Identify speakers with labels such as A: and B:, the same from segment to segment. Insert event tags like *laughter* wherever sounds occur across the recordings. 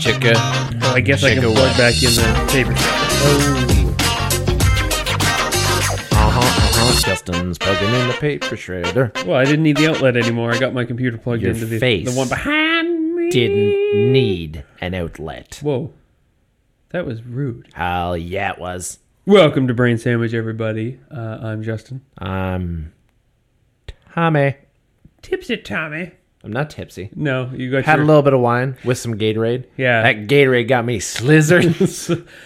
A: Shake it.
B: I guess I
A: Shake
B: can
A: it
B: plug
A: away.
B: back in the paper. Oh,
A: Uh huh. Uh huh. Justin's plugging in the paper shredder.
B: well, I didn't need the outlet anymore. I got my computer plugged
C: Your
B: into the
C: face
B: the one behind me.
C: Didn't need an outlet.
B: Whoa, that was rude.
C: Hell yeah, it was.
B: Welcome to Brain Sandwich, everybody. Uh, I'm Justin.
C: Um, Tommy,
B: Tipsy Tommy.
C: I'm not tipsy.
B: No, you got
C: Had
B: your
C: a little bit of wine with some Gatorade.
B: Yeah.
C: that Gatorade got me slizzard.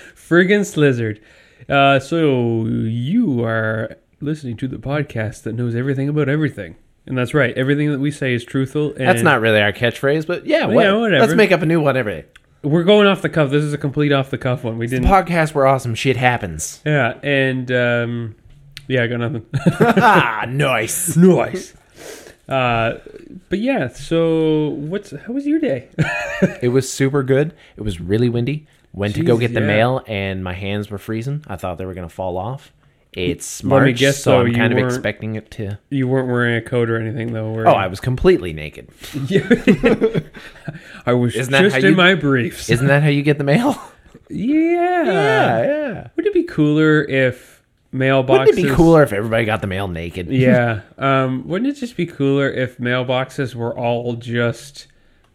B: *laughs* friggin' slizzard. Uh, so you are listening to the podcast that knows everything about everything, and that's right. Everything that we say is truthful. And
C: That's not really our catchphrase, but yeah, what,
B: yeah, whatever.
C: Let's make up a new one every day.
B: We're going off the cuff. This is a complete off the cuff one. We didn't.
C: Podcast where awesome shit
B: *laughs*
C: happens. *laughs*
B: Yeah, and um, yeah, I got nothing. *laughs*
C: ah, nice.
B: nice. Uh, but yeah, so what's how was your day? *laughs*
C: It was super good. It was really windy. Went to go
B: Jeez,
C: get the
B: yeah.
C: mail, and my hands were freezing. I thought they were gonna fall off. It's
B: Let me
C: March,
B: guess,
C: so
B: though,
C: I'm
B: you
C: kind of
B: weren't-
C: expecting it to.
B: You weren't wearing a coat or anything though. Were
C: Oh,
B: you?
C: I was completely naked.
B: I was
C: Isn't that
B: just
C: how
B: in
C: you-
B: my briefs.
C: Isn't that how you get the mail?
B: *laughs* yeah.
C: yeah.
B: Would it be cooler if mailboxes?
C: Wouldn't it be cooler if everybody got the mail naked?
B: *laughs*
C: *laughs*
B: yeah. Um, wouldn't it just be cooler if mailboxes were all just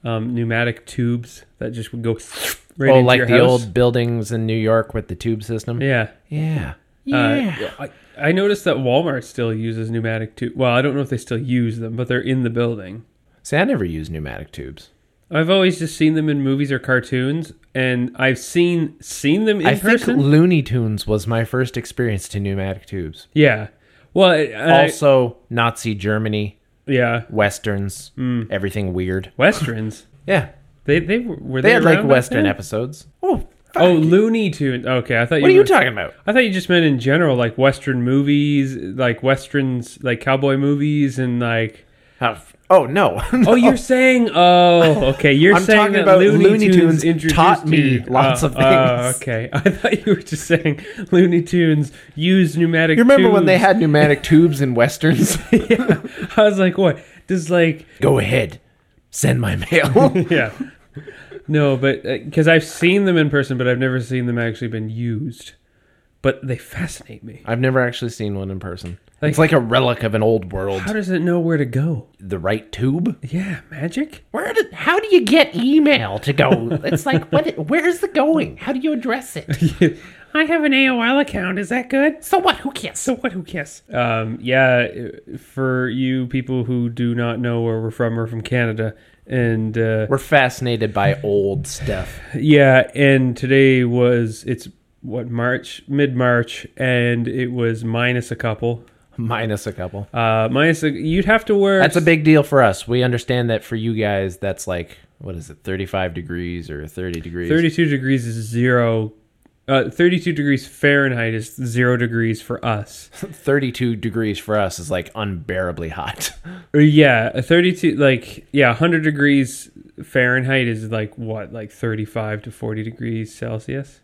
B: um, pneumatic tubes that just would go *laughs* right
C: oh,
B: into
C: like
B: your
C: the
B: house?
C: old buildings in New York with the tube system.
B: Yeah.
C: Yeah.
B: Uh,
C: Yeah.
B: I, I noticed that Walmart still uses pneumatic tube. Well, I don't know if they still use them, but they're in the building.
C: See, I never use pneumatic tubes.
B: I've always just seen them in movies or cartoons, and I've seen seen them in
C: I
B: person.
C: think Looney Tunes was my first experience to pneumatic tubes.
B: yeah. Well, I- I-
C: also, Nazi Germany,
B: yeah.
C: westerns, everything weird.
B: Westerns.
C: Hmm. Yeah,
B: They they were were
C: they,
B: they,
C: had like
B: around back
C: western
B: then?
C: episodes. Oh, fuck.
B: Oh, Looney Tunes. Okay, I thought you.
C: what are you
B: were-
C: talking about?
B: I thought you just meant in general, like western movies, like westerns, like cowboy movies, and like.
C: Oh, f- oh, no. *laughs*
B: Oh, you're saying? Oh, okay. You're
C: I'm
B: saying
C: talking
B: that
C: about
B: Looney,
C: Looney
B: Tunes,
C: Tunes
B: introduced
C: taught me
B: you-
C: lots
B: oh,
C: of
B: oh,
C: things.
B: okay, *laughs* I thought you were just saying Looney Tunes used pneumatic.
C: You remember when they
B: tubes.
C: had *laughs* pneumatic tubes in westerns? *laughs*
B: *laughs* I was like, what? Does like
C: Go ahead, send my *laughs* mail.
B: *laughs* yeah. No, but because I've seen them in person, but I've never seen them actually been used. But they fascinate me.
C: I've never actually seen one in person.
B: Like-
C: it's like a relic of an old world.
B: How does it know where to go?
C: the right tube.
B: Yeah, *laughs* magic.
C: Where did, how do you get email to go? It's like what? Where's the going? How do you address it? *laughs*
B: I have an AOL account. Is that good?
C: So what? Who cares?
B: So what? Who cares? Um, yeah, uh, for you people who do not know where we're from, we're from Canada, and uh,
C: We're fascinated by old stuff.
B: yeah, and today was it's what March, mid March, and it was minus a couple.
C: Minus a couple.
B: Uh, minus a, you'd have to wear
C: That's a big deal for us. We understand that for you guys, that's like what is it, thirty-five degrees or thirty degrees? *laughs*
B: thirty-two degrees is zero. Uh, 32 degrees Fahrenheit is zero degrees for us.
C: *laughs* 32 degrees for us is like unbearably hot. *laughs*
B: Or Uh, yeah, a 32 like yeah, 100 degrees Fahrenheit is like what? Like 35 to 40 degrees Celsius.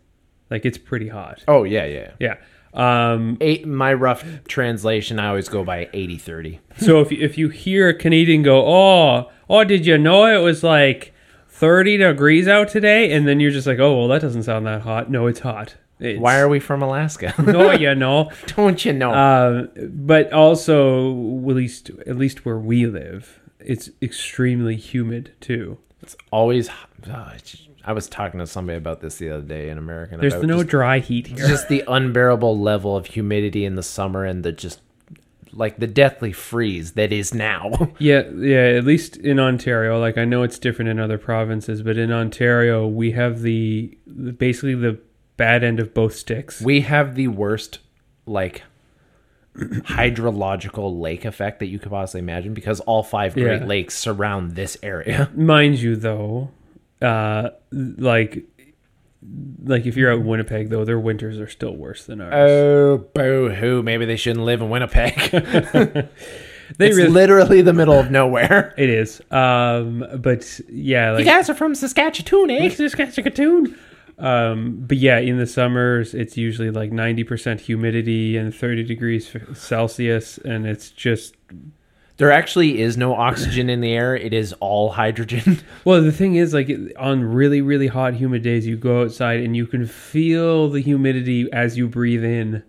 B: Like it's pretty hot.
C: Oh yeah, yeah.
B: Yeah.
C: *laughs*
B: Um
C: Eight, my rough translation, I always go by 80 30.
B: so if you- if you hear a Canadian go, "Oh, oh, did you know it was like 30 degrees out today?" and then you're just like, "Oh, well, that doesn't sound that hot." No, it's hot. It's,
C: Why
B: *laughs*
C: are we from Alaska? *laughs*
B: No, you know.
C: Don't you know?
B: Um, but also, at least at least where we live, it's extremely humid too.
C: It's always. oh, it's just- I was talking to somebody about this the other day in America.
B: There's
C: about
B: no
C: just,
B: dry heat here.
C: just the unbearable level of humidity in the summer and the just like the deathly freeze that is now. *laughs*
B: Yeah, yeah. At least in Ontario, like I know it's different in other provinces, but in Ontario we have the basically the bad end of both sticks.
C: we have the worst like hydrological lake effect that you could possibly imagine because all five great
B: Yeah.
C: lakes surround this area.
B: Mind you, though, uh, like like if you're out in Winnipeg, though, their winters are still worse than ours.
C: *laughs* Oh, boo hoo. Maybe they shouldn't live in Winnipeg. *laughs*
B: they
C: it's
B: really,
C: literally the middle of *laughs* nowhere.
B: it is. Um, but yeah, like
C: guys are from Saskatchewan, eh?
B: Saskatchewan. Um, but yeah, in the summers, it's usually like 90% humidity and 30 degrees F- Celsius, and it's just
C: There actually is no oxygen in the air. It is all hydrogen. *laughs*
B: Well, the thing is, like it- on really, really hot, humid days, you go outside and you can feel the humidity as you breathe in,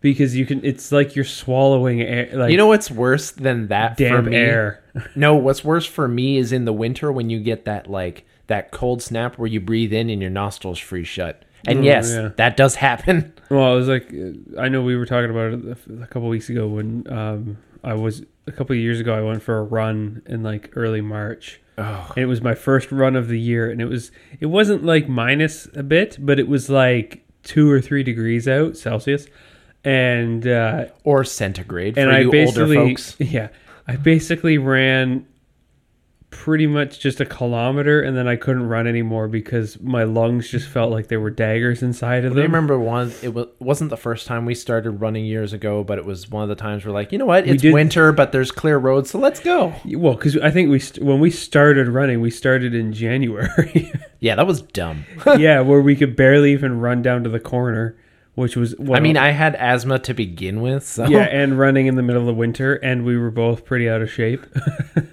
B: because you can. It's like you're swallowing air. Like
C: you know what's worse than that for
B: damp
C: me?
B: air. *laughs*
C: No, what's worse for me is in the winter when you get that like that cold snap where you breathe in and your nostrils freeze shut. And
B: Oh,
C: yes,
B: yeah.
C: that does happen.
B: Well, it was like uh, I know we were talking about it a f- a couple weeks ago when um, I was a couple of years ago. I went for a run in like early March.
C: Oh.
B: And it was my first run of the year, and it was it wasn't like minus a bit, but it was like two or three degrees out Celsius, and uh,
C: *laughs* Or centigrade for
B: and I
C: you older
B: basically
C: folks.
B: *laughs* yeah, I basically ran pretty much just a kilometer, and then I couldn't run anymore because my lungs just felt like there were daggers inside of
C: I
B: them.
C: remember one. It wa- wasn't the first time we started running years ago, but it was one of the times we're like, you know what?
B: We
C: It's
B: did-
C: winter, but there's clear roads, so let's go.
B: Well, because I think we st- when we started running, we started in January. *laughs*
C: Yeah, that was dumb.
B: yeah, where we could barely even run down to the corner, which was well,
C: I mean, I had asthma to begin with, so
B: yeah, and running in the middle of winter, and we were both pretty out of shape. *laughs*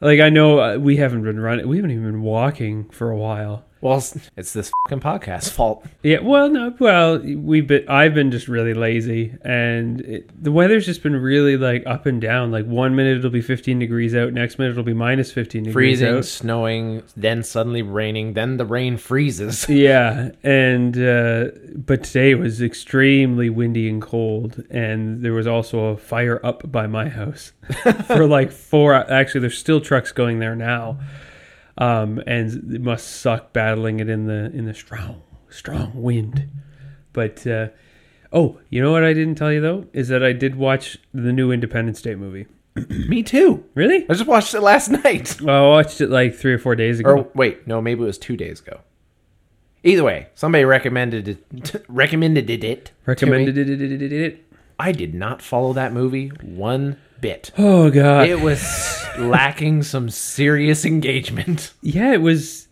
B: like I know uh, we haven't been running, we haven't even been walking for a while.
C: *laughs* well, s- it's this fucking podcast's fault.
B: Yeah, well, no, well, we've been. I've been just really lazy, and it, the weather's just been really like up and down. Like one minute it'll be 15 degrees out, next minute it'll be minus 15 degrees
C: Freezing,
B: out.
C: snowing, then suddenly raining, then the rain freezes. *laughs*
B: Yeah, and uh, but today was extremely windy and cold, and there was also a fire up by my *laughs* house for like four. Actually, there's still trucks going there now, um, and it must suck battling it in the in the strong strong wind. But uh, oh, you know what I didn't tell you though is that I did watch the new Independence Day movie.
C: Me too.
B: Really?
C: I just watched it last *laughs* night.
B: Well, I watched it like three or four days ago.
C: Or wait, no, maybe it was two days ago. Either way, somebody recommended it. *laughs* Recommended it. to me.
B: Recommended it, it, it, it, it.
C: I did not follow that movie one bit.
B: Oh god.
C: It
B: *laughs*
C: was lacking some serious engagement.
B: yeah it was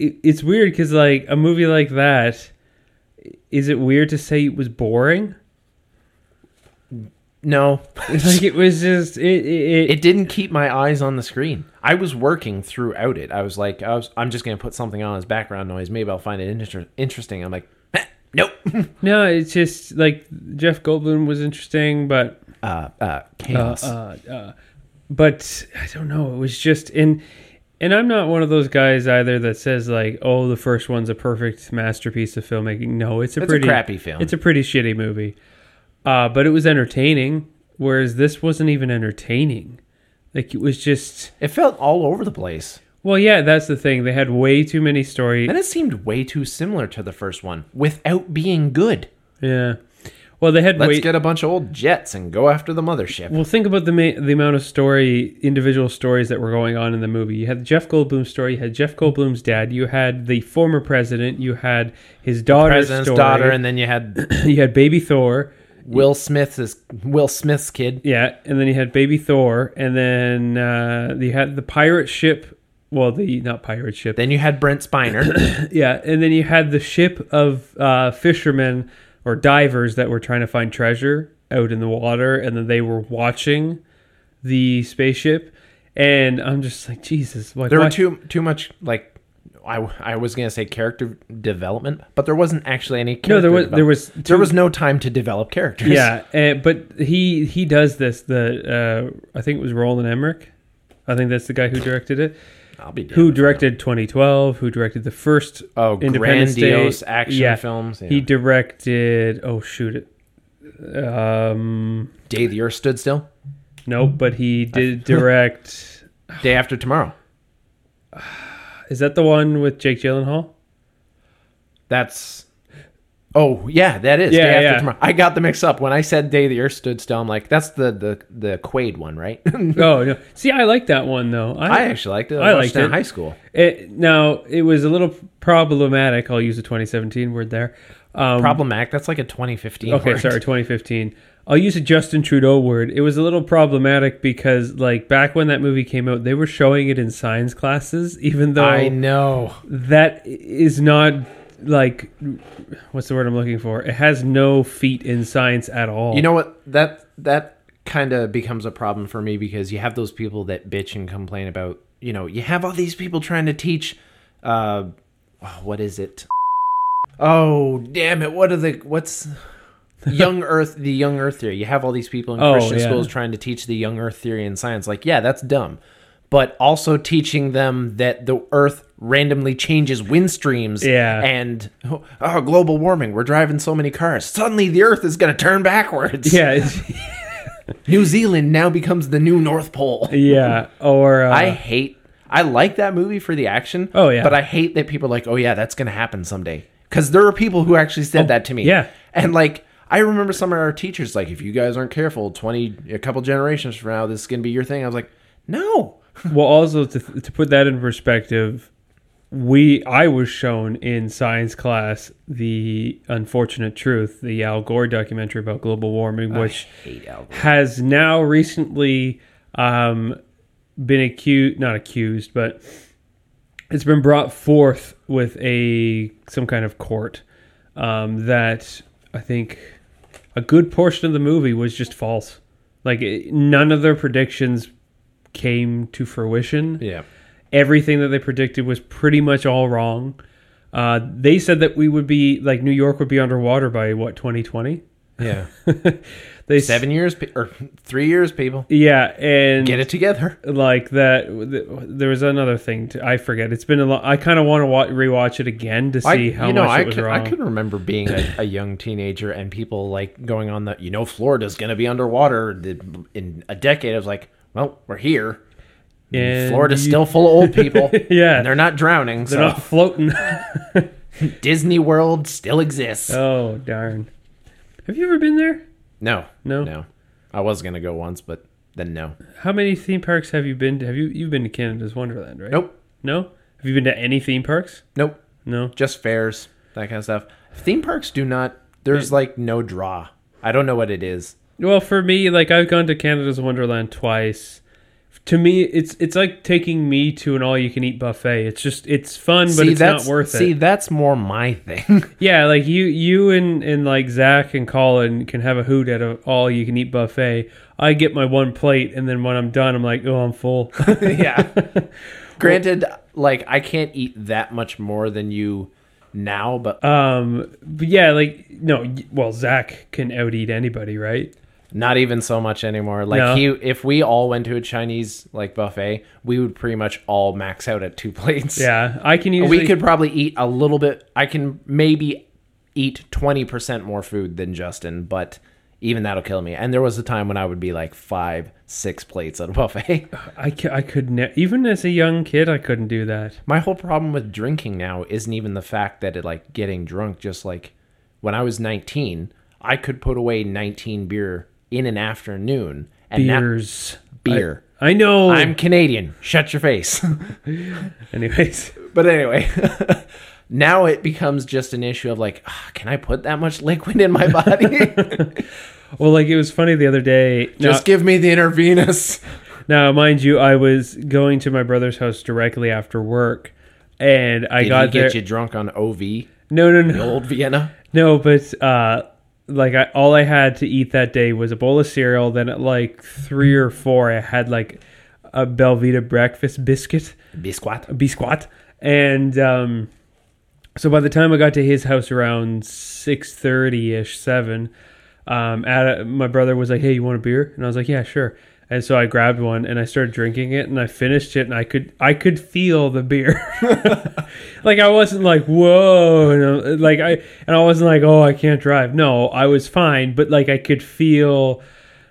B: it, it's weird because like a movie like that is it weird to say it was boring *laughs*
C: No,
B: It's like it was just it it,
C: *laughs*
B: it
C: it didn't keep my eyes on the screen. I was working throughout it. I was like, I was, I'm just gonna put something on as background noise. Maybe I'll find it inter- interesting. I'm like, "Eh, nope. *laughs*
B: no it's just like jeff goldblum was interesting but
C: Uh, uh,
B: uh,
C: chaos.
B: uh, uh, but i don't know it was just in and i'm not one of those guys either that says like oh the first one's a perfect masterpiece of filmmaking no it's a
C: it's
B: pretty
C: a crappy film.
B: it's a pretty shitty movie uh, but it was entertaining whereas this wasn't even entertaining like it was just
C: it felt all over the place.
B: Well, yeah, that's the thing. They had way too many stories.
C: And it seemed way too similar to the first one without being good.
B: Yeah. Well, they had
C: Let's
B: way.
C: get a bunch of old jets and go after the mothership.
B: Well, think about the ma- the amount of story, individual stories that were going on in the movie. You had the Jeff Goldblum story. You had Jeff Goldblum's dad. You had the former president. You had his daughter's
C: President's
B: story.
C: daughter, and then you had
B: *laughs* you had baby Thor.
C: Will Smith's Will Smith's kid.
B: Yeah, and then you had baby Thor, and then uh, you had the pirate ship. Well, the not pirate ship.
C: Then you had Brent
B: *coughs*
C: Spiner.
B: Yeah, and then you had the ship of uh, fishermen or divers that were trying to find treasure out in the water, and then they were watching the spaceship. And I'm just like, Jesus, like,
C: There
B: why-
C: were too too much like I, I was gonna say character development, but there wasn't actually any. Character
B: No, there was there
C: development.
B: was
C: there
B: two-
C: was no time to develop characters.
B: yeah, and, but he he does this. The uh, I think it was Roland Emmerich. I think that's the guy who directed it.
C: *laughs* I'll be damned.
B: Who directed 2012? Who directed the first
C: Oh,
B: Independence Day.
C: grandiose action
B: Yeah.
C: films. Yeah.
B: He directed. Oh shoot it. Um.
C: Day the Earth Stood
B: *sighs*
C: Still.
B: Nope, but he did direct.
C: Day After Tomorrow.
B: Is that the one with Jake
C: *laughs*
B: Gyllenhaal?
C: That's oh yeah, that is
B: Yeah,
C: Day After
B: yeah.
C: Tomorrow. I got the mix up when I said Day the Earth Stood Still. I'm like, that's the the the Quaid one, right? *laughs*
B: Oh no! See, I like that one though.
C: I
B: I,
C: actually liked it.
B: I
C: I,
B: liked
C: watched it in
B: it.
C: high school.
B: it, now it was a little problematic. I'll use a 2017 word there. Um,
C: Problematic. That's like a 2015.
B: okay,
C: word.
B: sorry, 2015. I'll use a Justin Trudeau word. It was a little problematic because, like, back when that movie came out, they were showing it in science classes, even though
C: I know.
B: that is not like what's the word I'm looking for. It has no feet in science at all.
C: You know what? That that kind of becomes a problem for me because you have those people that bitch and complain about, you know, you have all these people trying to teach, uh, oh, what is it? Oh, damn it. What are the,
B: *laughs*
C: what's young earth, the young earth theory? You have all these people in
B: Oh,
C: Christian
B: yeah.
C: schools trying to teach the young earth theory and science. Like, yeah, that's dumb. But also teaching them that the earth randomly changes wind streams
B: Yeah.
C: and oh, oh, global warming we're driving so many cars suddenly the earth is going to turn backwards
B: *laughs* Yeah, it's-
C: New Zealand now becomes the new North Pole.
B: yeah. Or uh,
C: I hate. I like that movie for the action.
B: Oh, yeah.
C: But I hate that people are like, oh yeah, that's gonna happen someday. Because there are people who actually said that to me.
B: Oh, yeah.
C: And like, I remember some of our teachers like, if you guys aren't careful, twenty, a couple generations from now, this is gonna be your thing. I was like, no.
B: well, also to to put that in perspective, we I was shown in science class the unfortunate truth, the Al Gore documentary about global warming, which
C: Hate Al Gore.
B: has now recently um, been accused, not accused, but it's been brought forth with a some kind of court um, that I think a good portion of the movie was just false. Like it, none of their predictions came to fruition *laughs*
C: Yeah.
B: everything that they predicted was pretty much all wrong. Uh, they said that we would be like New York would be underwater by what 2020.
C: Yeah.
B: They s-
C: Seven years pe- or three years, people.
B: yeah, and
C: Get it together.
B: like that. th- There was another thing to, I forget. It's been a lot. I kind of want to wa- rewatch it again to
C: I,
B: see how
C: you know,
B: much
C: I
B: it was
C: can,
B: wrong.
C: I can remember being a, a young teenager and people like going on the, you know, Florida's going to be underwater the, in a decade. I was like, well, we're here.
B: And
C: Florida's
B: you-
C: still full of old people.
B: *laughs* Yeah.
C: And they're not drowning.
B: They're
C: so *laughs*
B: not floating.
C: Disney World still exists.
B: oh darn! Have you ever been there?
C: no.
B: No.
C: No. I was going to go once, but then no.
B: How many theme parks have you been to? Have you you've been to Canada's Wonderland, right?
C: Nope.
B: No. Have you been to any theme parks?
C: Nope.
B: No.
C: Just fairs, that kind of stuff. Theme parks do not, there's like no draw. I don't know what it is.
B: Well, for me, like I've gone to Canada's Wonderland twice. To me, it's it's like taking me to an all-you-can-eat buffet. It's just it's fun, but it's not
C: that's
B: worth
C: see,
B: it.
C: that's more my thing. *laughs*
B: Yeah, like you you and and like Zach and Colin can have a hoot at an all-you-can-eat buffet. I get my one plate, and then when I'm done, I'm like, oh, I'm full.
C: *laughs* yeah.
B: *laughs*
C: Granted, like I can't eat that much more than you now, but
B: um, but yeah, like no, y- well, Zach can out-eat anybody, right?
C: not even so much anymore. Like
B: No.
C: he, if we all went to a Chinese like buffet, we would pretty much all max out at two *laughs* plates.
B: Yeah, I can usually.
C: we could probably eat a little bit. I can maybe eat twenty percent more food than Justin, but even that'll kill me. And there was a time when I would be like five, six plates at a buffet. *laughs*
B: I, c- I could ne- even as a young kid, I couldn't do that.
C: My whole problem with drinking now isn't even the fact that it like getting drunk. Just like when I was 19, I could put away 19 beer in an afternoon. And now-
B: Beers,
C: beer.
B: I, I know.
C: I'm Canadian. Shut your face.
B: *laughs*
C: *laughs*
B: Anyways,
C: but anyway, *laughs* now it becomes just an issue of like, "Ah, can I put that much liquid in
B: *laughs*
C: my body?
B: well, like it was funny the other day. Now,
C: just give me the intravenous.
B: now, mind you, I was going to my brother's house directly after work, and I
C: Did
B: got
C: he get
B: there.
C: you drunk on OV,
B: No, no, no,
C: old Vienna?
B: no. But uh, like, I, all I had to eat that day was a bowl of cereal. Then at like three or four, I had like a Belvita breakfast biscuit.
C: Biscuit.
B: biscuit. And um, so by the time I got to his house around six thirty ish, seven, um, at my brother was like, "Hey, you want a beer?" And I was like, "Yeah, sure." And so I grabbed one and I started drinking it, and I finished it, and I could I could feel the beer. *laughs* like I wasn't like whoa, and I, like I and I wasn't like oh I can't drive. No, I was fine, but like I could feel.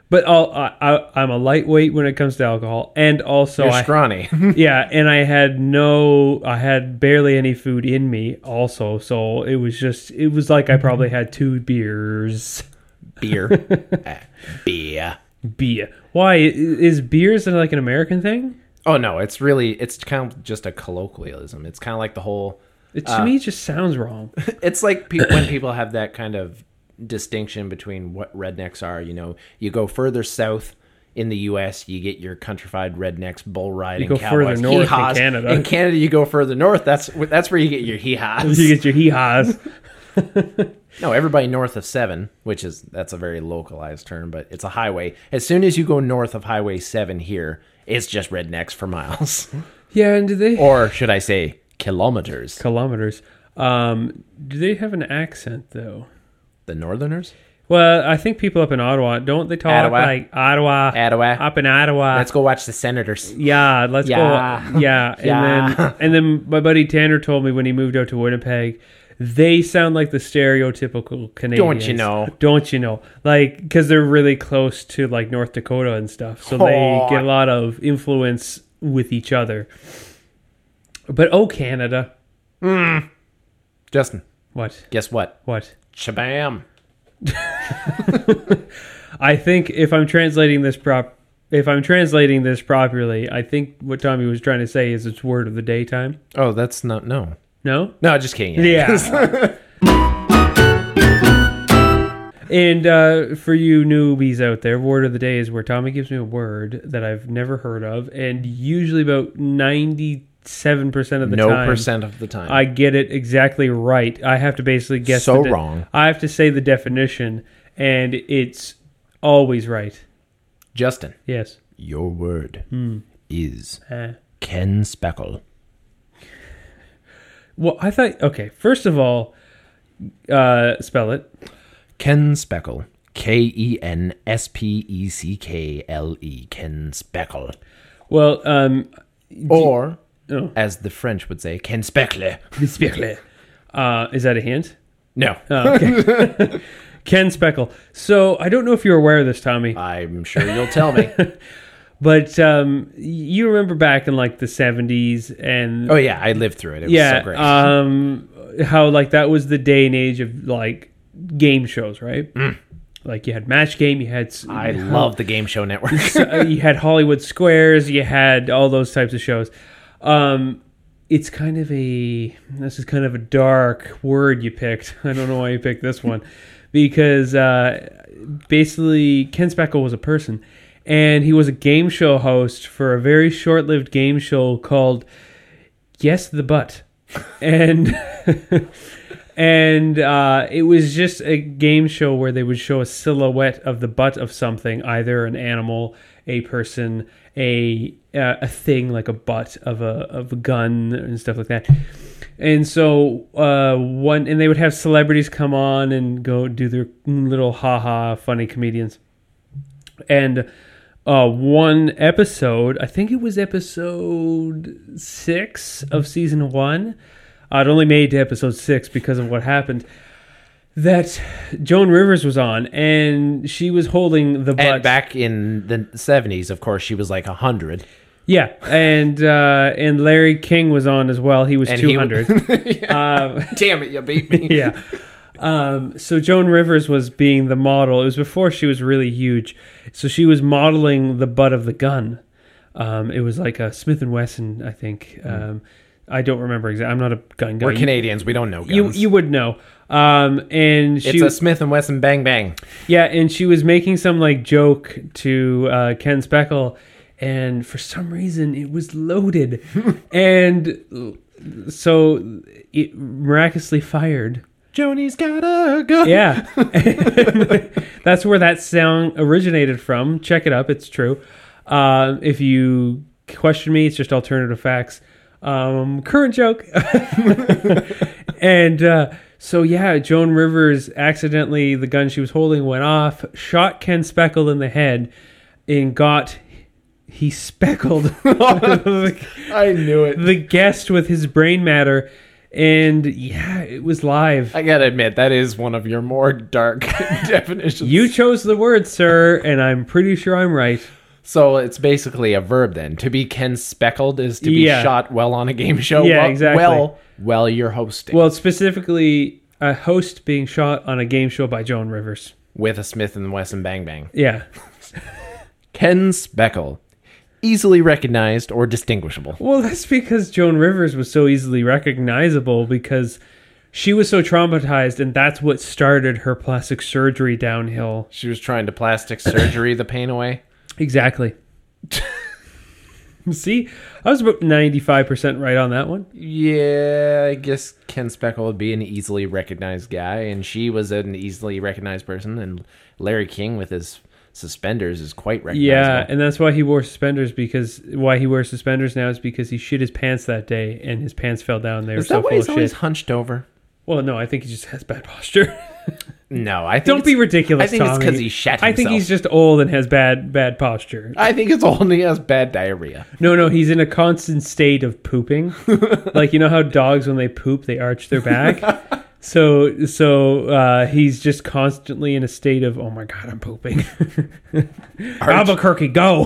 B: But I'll, I, I, I'm a lightweight when it comes to alcohol, and also
C: You're
B: Oh, I
C: scrawny.
B: *laughs* yeah, and I had no, I had barely any food in me, also. So it was just, it was like I probably had two beers. *laughs*
C: beer. Ah, beer.
B: Beer. Why i- is beers like an American thing?
C: Oh no, it's really it's kind of just a colloquialism. It's kind of like the whole.
B: It to me just sounds wrong. *laughs*
C: It's like pe-
B: *coughs*
C: when people have that kind of distinction between what rednecks are. You know, you go further south in the U.S., you get your countrified rednecks, bull riding,
B: go further
C: cowboys,
B: north in
C: hee-haws.
B: Canada. *laughs*
C: In Canada, you go further north. That's wh- that's where you get your hee haws.
B: you get your hee haws.
C: No, everybody north of seven, which is that's a very localized term, but it's a highway. As soon as you go north of Highway Seven here, it's just rednecks for miles, *laughs*
B: yeah, and do they
C: or should I say kilometers?
B: kilometers? Um, do they have an accent though?
C: The Northerners,
B: Well, I think people up in Ottawa don't they talk
C: Ottawa.
B: like Ottawa,
C: Ottawa.
B: up in Ottawa.
C: Let's go watch the Senators.
B: yeah, let's
C: Yeah.
B: go. Yeah, and
C: Yeah.
B: then and then my buddy Tanner told me when he moved out to Winnipeg, they sound like the stereotypical Canadians.
C: Don't you know?
B: Don't you know? Like because they're really close to like North Dakota and stuff, so
C: Oh.
B: they get a lot of influence with each other. But oh, Canada!
C: Justin,
B: What?
C: guess what?
B: What?
C: Shabam.
B: I think if I'm translating this prop, if I'm translating this properly, I think what Tommy was trying to say is it's word of the day time.
C: Oh, that's not no.
B: No.
C: No, *laughs* just kidding.
B: *laughs* Yeah. and uh, for you newbies out there, word of the day is where Tommy gives me a word that I've never heard of, and usually about ninety-seven percent of the
C: no
B: time,
C: percent of the time.
B: I get it exactly right. I have to basically guess
C: So
B: the de-
C: wrong.
B: I have to say the definition, and it's always right.
C: Justin,
B: Yes.
C: your word
B: Hmm.
C: is
B: Uh,
C: Ken Speckle.
B: well, I thought okay. First of all, uh, spell it.
C: Ken Speckle. K E N S P E C K L E. Ken Speckle.
B: Well, um, *laughs*
C: Or,
B: Oh.
C: as the French would say, Ken Speckle.
B: uh, is that a hint?
C: No.
B: Oh, okay.
C: *laughs*
B: Ken Speckle. So I don't know if you're aware of this, Tommy,
C: I'm sure you'll tell me.
B: *laughs* but um, y- you remember back in like the 70s and
C: oh, yeah. I lived through it. It was
B: yeah,
C: so great.
B: um, how like that was the day and age of like game shows, right? Like you had Match Game, you had s-
C: Mm. I love the Game Show Network.
B: uh, you had Hollywood Squares, you had all those types of shows. Um, it's kind of a this is kind of a dark word you picked. *laughs* I don't know why you picked this one because uh, basically Ken Speckle was a person and he was a game show host for a very short-lived game show called Yes the Butt. And *laughs* and uh, it was just a game show where they would show a silhouette of the butt of something, either an animal, a person, a uh, a thing like a butt of a of a gun and stuff like that. And so uh, one, and they would have celebrities come on and go do their little ha ha funny comedians and uh, one episode, I think it was episode six of season one. I'd only made to episode six because of what happened. That Joan Rivers was on, and she was holding the butt.
C: and back in the 70s, of course, she was like 100.
B: Yeah, and uh, and Larry King was on as well. He was
C: And
B: two hundred.
C: *laughs*
B: Uh,
C: Damn it, you beat me.
B: yeah. Um, so Joan Rivers was being the model. It was before she was really huge. So she was modeling the butt of the gun. Um, it was like a Smith and Wesson, I think. Um, I don't remember exactly. I'm not a gun
C: *laughs*
B: guy.
C: Hmm. We're Canadians. We don't know guns.
B: You you would know. Um, and she
C: it's a Smith and Wesson bang bang.
B: yeah, and she was making some like joke to uh, Ken Speckle, and for some reason it was
C: *laughs*
B: loaded, and so it miraculously fired.
C: Joni's got a gun.
B: Yeah. *laughs* That's where that sound originated from. Check it up. It's true. Um, if you question me, it's just alternative facts. Um, current joke. *laughs* and uh, so, yeah, Joan Rivers accidentally, the gun she was holding went off, shot Ken Speckle in the head, and got. He speckled *laughs* the,
C: I knew it.
B: the guest with his brain matter. And yeah, it was live.
C: I gotta admit, that is one of your more dark *laughs* definitions.
B: You chose the word, sir, and I'm pretty sure I'm right.
C: so it's basically a verb then. To be Ken speckled is to be
B: Yeah.
C: shot well on a game show.
B: Yeah,
C: while-
B: exactly.
C: Well, well, you're hosting
B: Well, specifically, a host being shot on a game show by Joan Rivers.
C: with a Smith and Wesson bang bang.
B: Yeah.
C: Ken speckle, easily recognized or distinguishable.
B: Well, that's because Joan Rivers was so easily recognizable because she was so traumatized, and that's what started her plastic surgery downhill.
C: She was trying to plastic surgery the pain away.
B: Exactly. *laughs* See, I was about ninety-five percent right on that one.
C: Yeah, I guess Ken Speckle would be an easily recognized guy, and she was an easily recognized person, and Larry King with his suspenders is quite recognizable.
B: Yeah, and that's why he wore suspenders because why he wears suspenders now is because he shit his pants that day and his pants fell down. They were
C: is
B: so
C: that why
B: full of
C: he's
B: shit.
C: always hunched over?
B: Well, no, I think he just has bad posture. *laughs*
C: No, I think
B: Don't be
C: it's-
B: ridiculous.
C: I think it's
B: Tommy.
C: because he shat
B: I think he's just old and has bad bad posture.
C: I think it's only has bad diarrhea.
B: No, no, he's in a constant state
C: *laughs*
B: of pooping. like you know how dogs when they poop they arch
C: *laughs*
B: their back. So so uh, he's just constantly in a state of oh my god
C: *laughs*
B: I'm pooping. Albuquerque go.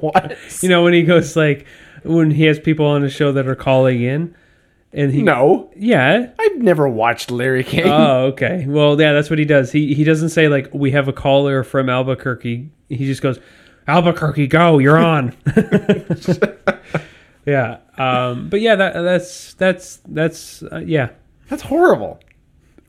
C: what?
B: *laughs* you know when he goes like when he has people on his show that are calling in and he
C: No,
B: yeah
C: I've never watched Larry King.
B: oh okay well yeah that's what he does he he doesn't say like we have a caller from albuquerque he just goes albuquerque go you're on *laughs* yeah um but yeah that that's that's that's uh, yeah
C: That's horrible.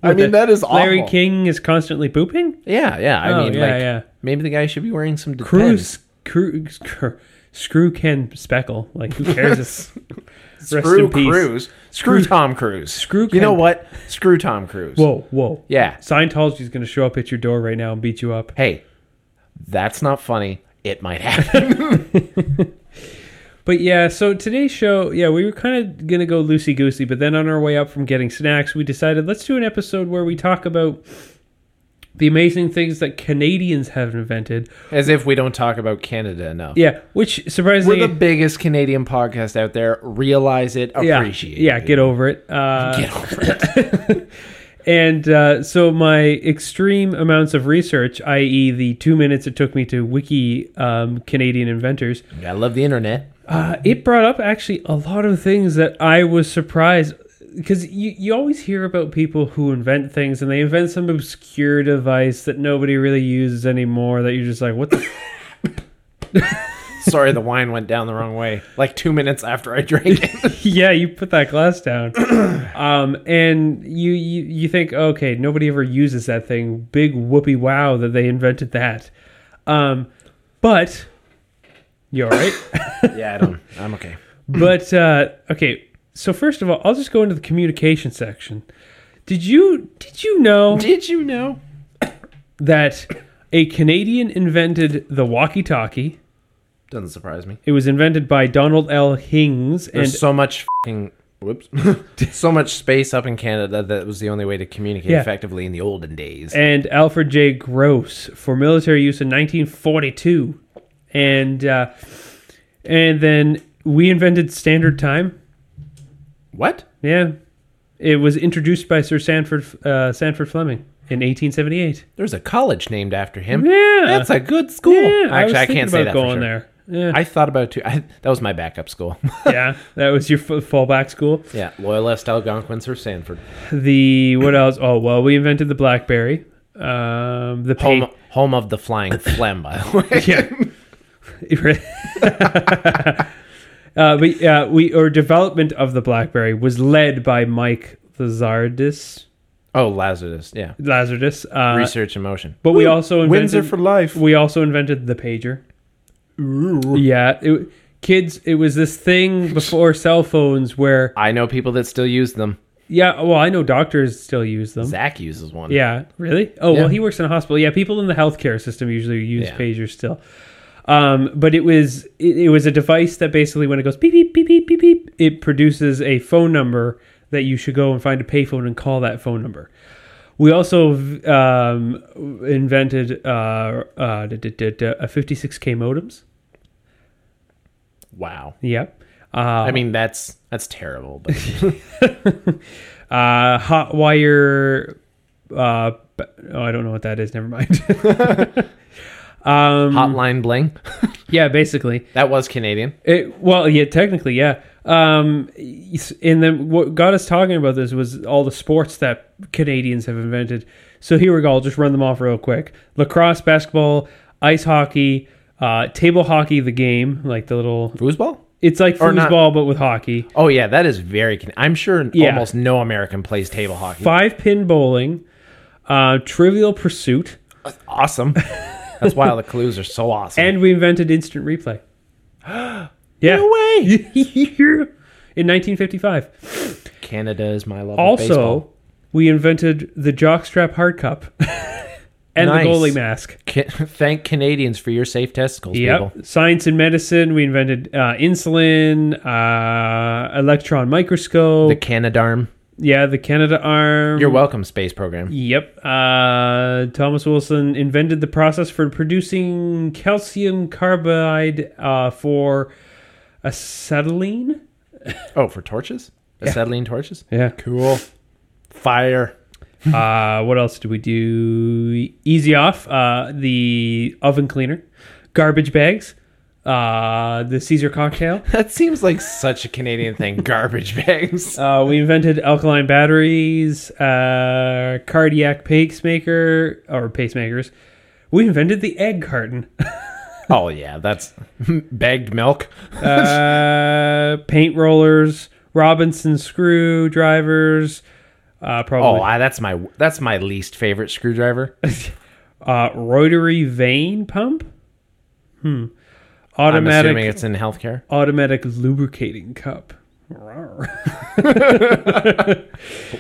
C: I mean,
B: The-
C: that is awful.
B: larry king is constantly pooping
C: Yeah, yeah. I
B: Oh,
C: mean,
B: yeah,
C: like,
B: yeah.
C: maybe the guy should be wearing some
B: cruise Cru- screw, screw ken speckle like who
C: *laughs*
B: cares It's- rest
C: Screw
B: in peace.
C: Cruise. Screw Tom Cruise.
B: Screw
C: You know
B: Ken-
C: what? Screw Tom Cruise.
B: whoa whoa
C: Yeah.
B: Scientology's going to show up at your door right now and beat you up.
C: Hey, that's not funny. It might happen.
B: *laughs* But yeah, so today's show, yeah, we were kind of going to go loosey goosey, but then on our way up from getting snacks, we decided let's do an episode where we talk about the amazing things that Canadians have invented.
C: As if we don't talk about Canada enough.
B: Yeah, which
C: We're
B: surprisingly.
C: the biggest Canadian podcast out there. Realize it.
B: yeah,
C: Appreciate
B: yeah,
C: it.
B: get over it. Uh,
C: Get over
B: *laughs*
C: it.
B: and uh, so, my extreme amounts of research, i.e., the two minutes it took me to wiki um, Canadian inventors,
C: I love the internet.
B: Uh, it brought up actually a lot of things that I was surprised because you, you always hear about people who invent things and they invent some obscure device that nobody really uses anymore that you're just like, what the?
C: Sorry, the wine went down the wrong way. Like two minutes after I drank
B: *laughs*
C: it.
B: yeah, you put that glass down. um, and you, you, you think, okay, nobody ever uses that thing. Big whoopee wow that they invented that. Um, but you're right.
C: yeah, I don't. I'm okay.
B: *clears throat* But uh, okay, so first of all, I'll just go into the communication section. Did you did you know
C: Did you know?
B: that a Canadian invented the walkie-talkie?
C: Doesn't surprise me.
B: It was invented by Donald L. Hings and
C: There's so much fing whoops, *laughs* so much space up in Canada that was the only way to communicate
B: Yeah.
C: effectively in the olden days.
B: and Alfred J. Gross for military use in 1942, and uh, and then we invented standard time.
C: what?
B: Yeah, it was introduced by Sir Sanford uh, Sanford Fleming in 1878.
C: There's a college named after him.
B: Yeah.
C: that's a good school.
B: Yeah, I, was
C: Actually, I,
B: thinking
C: can't say
B: about
C: that. for
B: going
C: sure.
B: there. Yeah.
C: I thought about it too. I, that was my backup school. *laughs*
B: yeah, that was your f- fallback school.
C: yeah, Loyalist Algonquins or Sanford.
B: The what else? Oh well, we invented the BlackBerry. Um, the
C: Home,
B: pa-
C: home of the
B: *coughs*
C: flying phlegm, by the way.
B: yeah. *laughs* uh, but yeah, we or development of the BlackBerry was led by Mike Lazardis.
C: Oh, Lazarus. Yeah,
B: Lazardis. Uh,
C: research in motion.
B: But we also invented
C: life.
B: we also invented the pager. Yeah, it, kids, it was this thing before cell phones where
C: I know people that still use them.
B: yeah. Well, I know doctors still use them.
C: Zach uses one.
B: Yeah, really? Oh,
C: Yeah.
B: well, he works in a hospital. Yeah, people in the healthcare system usually use
C: Yeah.
B: pagers still. Um, but it was it, it was a device that basically when it goes beep beep beep beep beep beep, it produces a phone number that you should go and find a payphone and call that phone number. We also um, invented uh, uh, da- da- da- da- a 56k modems.
C: Wow.
B: Yep. Uh,
C: I mean, that's that's terrible. But
B: uh, hot wire. Uh, b- oh, I don't know what that is. Never mind. *laughs* Um,
C: hotline bling.
B: yeah, basically.
C: That was Canadian.
B: It, well, yeah, technically, yeah. Um, s- and then what got us talking about this was all the sports that Canadians have invented. So here we go. I'll just run them off real quick: lacrosse, basketball, ice hockey, uh, table hockey, the game, like the little.
C: Foosball?
B: It's like
C: Or not-
B: foosball, but with hockey.
C: Oh yeah, that is very. Can- I'm sure
B: Yeah.
C: almost no American plays table hockey.
B: Five pin bowling, uh, Trivial Pursuit,
C: *laughs* Awesome. That's why all the clues are so awesome.
B: and we invented instant replay. *gasps* Yeah.
C: No way.
B: *laughs* In 1955.
C: Canada is my love. of baseball.
B: Also, we invented the jockstrap hard cup *laughs* and
C: Nice.
B: the goalie mask.
C: Ca- *laughs* thank Canadians for your safe testicles, people.
B: Yep. Science and medicine. We invented uh, insulin, uh, electron microscope.
C: The Canadarm.
B: yeah, the Canada arm.
C: You're welcome, space program.
B: Yep. Uh, Thomas Wilson invented the process for producing calcium carbide uh, for acetylene.
C: Oh, for torches? Acetylene torches?
B: Yeah.
C: *laughs* Cool. Fire.
B: uh, what else did we do? Easy off uh, the oven cleaner, garbage bags, uh, the Caesar cocktail.
C: That seems like such a Canadian *laughs* thing. Garbage bags.
B: Uh, we invented alkaline batteries, uh, cardiac pacemaker or pacemakers. We invented the egg carton,
C: *laughs*
B: *laughs*
C: Oh yeah, that's bagged milk.
B: uh, paint rollers, Robinson screwdrivers. Uh,
C: Oh,
B: probably
C: I, that's my that's my least favorite screwdriver.
B: uh, rotary vein pump. Hmm.
C: I'm
B: Automatic.
C: assuming it's in healthcare.
B: automatic lubricating cup.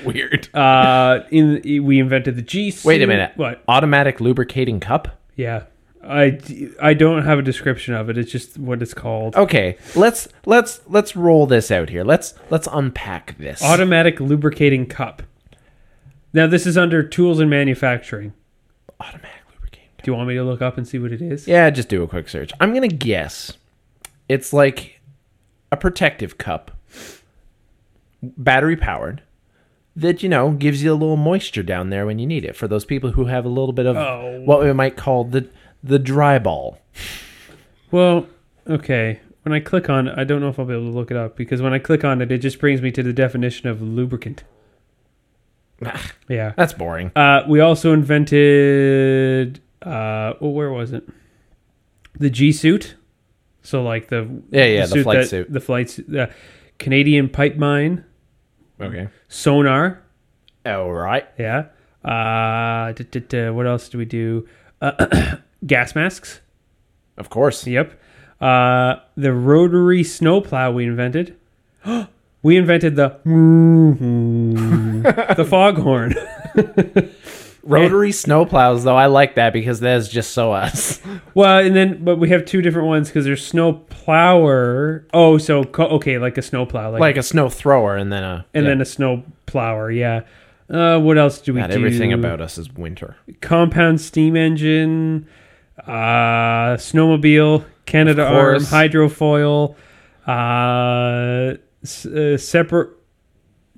C: Weird.
B: Uh, in we invented the G.
C: Wait a minute.
B: What?
C: Automatic lubricating cup?
B: Yeah, I I don't have a description of it. It's just what it's called.
C: Okay, let's let's let's roll this out here. Let's let's unpack this.
B: Automatic lubricating cup. Now this is under tools and manufacturing.
C: automatic lubricating.
B: Do you want me to look up and see what it is?
C: Yeah, just do a quick search. I'm gonna guess it's like a protective cup, battery powered, that you know gives you a little moisture down there when you need it for those people who have a little bit of
B: Oh.
C: what we might call the the dry ball.
B: Well, okay. When I click on, I don't know if I'll be able to look it up because when I click on it, it just brings me to the definition of lubricant. yeah.
C: Ah. That's boring.
B: Uh, we also invented. Uh, well, where was it? The G suit. So like the
C: Yeah, yeah, the flight
B: that-
C: suit.
B: the flight suit, the Canadian pipe mine,
C: Okay.
B: sonar.
C: All right.
B: Yeah. Uh, duh, duh, duh, what else do we do? Uh, *coughs* gas masks.
C: Of course.
B: Yep. Uh, the rotary snowplow we invented. *gasps* we invented the *laughs* the foghorn.
C: Rotary snowplows, though, I like that because that is just so us. *laughs*
B: Well, and then but we have two different ones because there's snow plower. Oh, so co- okay, like a snow plow, like,
C: like a snow thrower, and then a
B: and then a snow plower. Yeah. Uh, what else do we
C: not
B: do?
C: everything about us is winter.
B: compound steam engine, uh, snowmobile, Canada
C: Of
B: arm,
C: course.
B: hydrofoil, uh, s- uh, separate.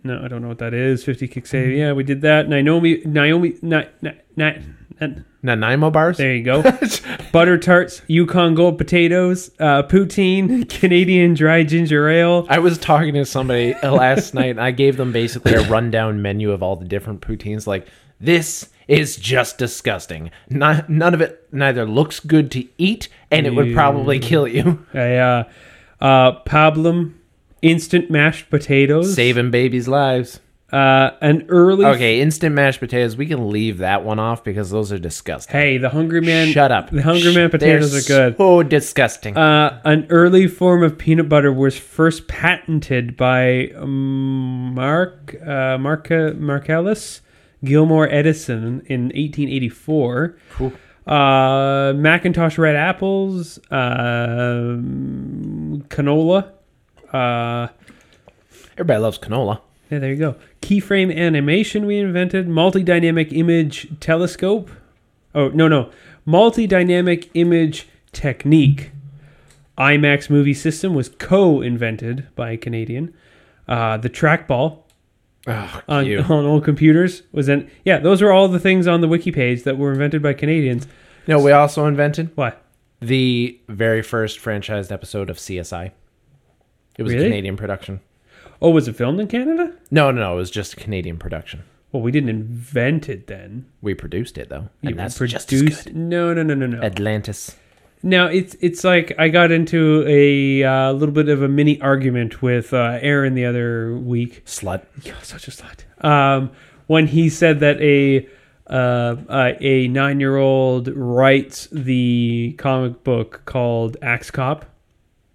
B: No, I don't know what that is. Fifty kick save.
C: Mm-hmm.
B: Yeah, we did that. Naomi, Naomi, na, na, na, na-
C: Nanaimo bars.
B: there you go. *laughs* Butter tarts, Yukon gold potatoes, uh, poutine, *laughs* Canadian dry ginger ale.
C: I was talking to somebody *laughs* last night, and I gave them basically a rundown menu of all the different poutines. Like, this is just disgusting. Ni- none of it neither looks good to eat, and it would probably kill you.
B: I, uh, uh, pablum, instant mashed
C: *laughs*
B: potatoes.
C: Saving babies' lives.
B: Uh, an early.
C: Okay, instant mashed potatoes. We can leave that one off because those are disgusting.
B: Hey, the Hungry Man.
C: Shut up.
B: The Hungry Man
C: Shh, they're
B: potatoes are good.
C: So disgusting.
B: Uh, an early form of peanut butter was first patented by um, Mark uh, Marca, Marcellus Gilmore Edison in 1884.
C: Cool.
B: Uh, Macintosh red apples, um canola. Uh,
C: Everybody loves canola.
B: yeah, there you go. Keyframe animation we invented. Multi-dynamic image telescope. Oh no no, multi-dynamic image technique. IMAX movie system was co-invented by a Canadian. Uh, the trackball
C: Oh,
B: on,
C: you.
B: *laughs* on old computers was in. Yeah, those are all the things on the wiki page that were invented by Canadians.
C: *laughs* No, we also invented
B: What?
C: the very first franchised episode of CSI. It was
B: Really?
C: a Canadian production.
B: Oh, was it filmed in Canada?
C: No, no, no. It was just a Canadian production.
B: Well, we didn't invent it then.
C: We produced it though, and
B: You
C: that's just as
B: produced-
C: good.
B: No, no, no, no, no.
C: Atlantis.
B: Now it's it's like I got into a uh, little bit of a mini argument with uh, Aaron the other week.
C: Slut.
B: Yeah, such a slut. Um, when he said that a uh, uh, a nine year old writes the comic book called Axe Cop.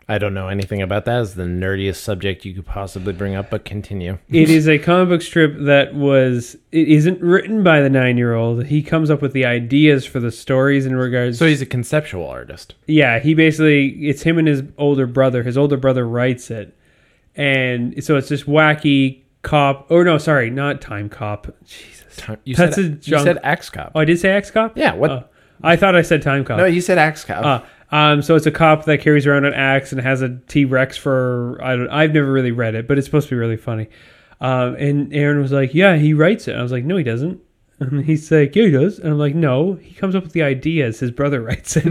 C: I don't know anything about that. It's the nerdiest subject you could possibly bring up, but continue.
B: It is a comic book strip that was it isn't written by the nine year old. He comes up with the ideas for the stories in regards.
C: So he's a conceptual artist.
B: yeah, he basically it's him and his older brother. His older brother writes it, and so it's just wacky cop. Oh no, sorry, not time cop. Jesus.
C: You
B: That's
C: said,
B: a
C: you
B: junk-
C: said Axe Cop.
B: Oh, I did say X cop.
C: Yeah, what-
B: Oh, I thought I said time cop.
C: No, you said Axe Cop.
B: Uh, um, so it's a cop that carries around an axe and has a T Rex for I don't. I've never really read it, but it's supposed to be really funny. Um, and Aaron was like, "Yeah, he writes it." And I was like, "No, he doesn't." *laughs* And he's like, "Yeah, he does." And I'm like, "No, he comes up with the ideas. His brother *laughs* writes it."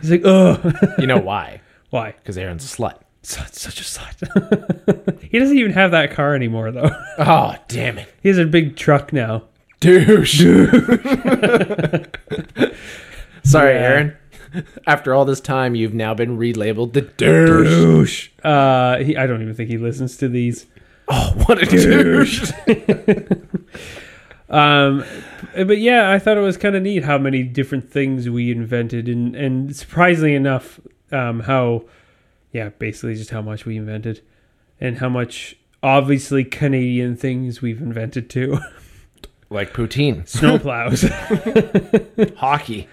B: he's like, "Oh,
C: you know why?
B: *laughs* why?
C: Because Aaron's a slut.
B: Such, such a slut." he doesn't even have that car anymore, though.
C: *laughs*
B: *laughs*
C: Oh, damn it.
B: he has a big truck now.
C: Douche. *laughs* Sorry,
B: Yeah.
C: Aaron. After all this time, you've now been relabeled the douche.
B: Uh, he, I don't even think he listens to these.
C: Oh, what a douche.
B: Um, but yeah, I thought it was kind of neat how many different things we invented, and and surprisingly enough, um, how yeah, basically just how much we invented, and how much obviously Canadian things we've invented too. *laughs*
C: like poutine,
B: Snowplows
C: hockey,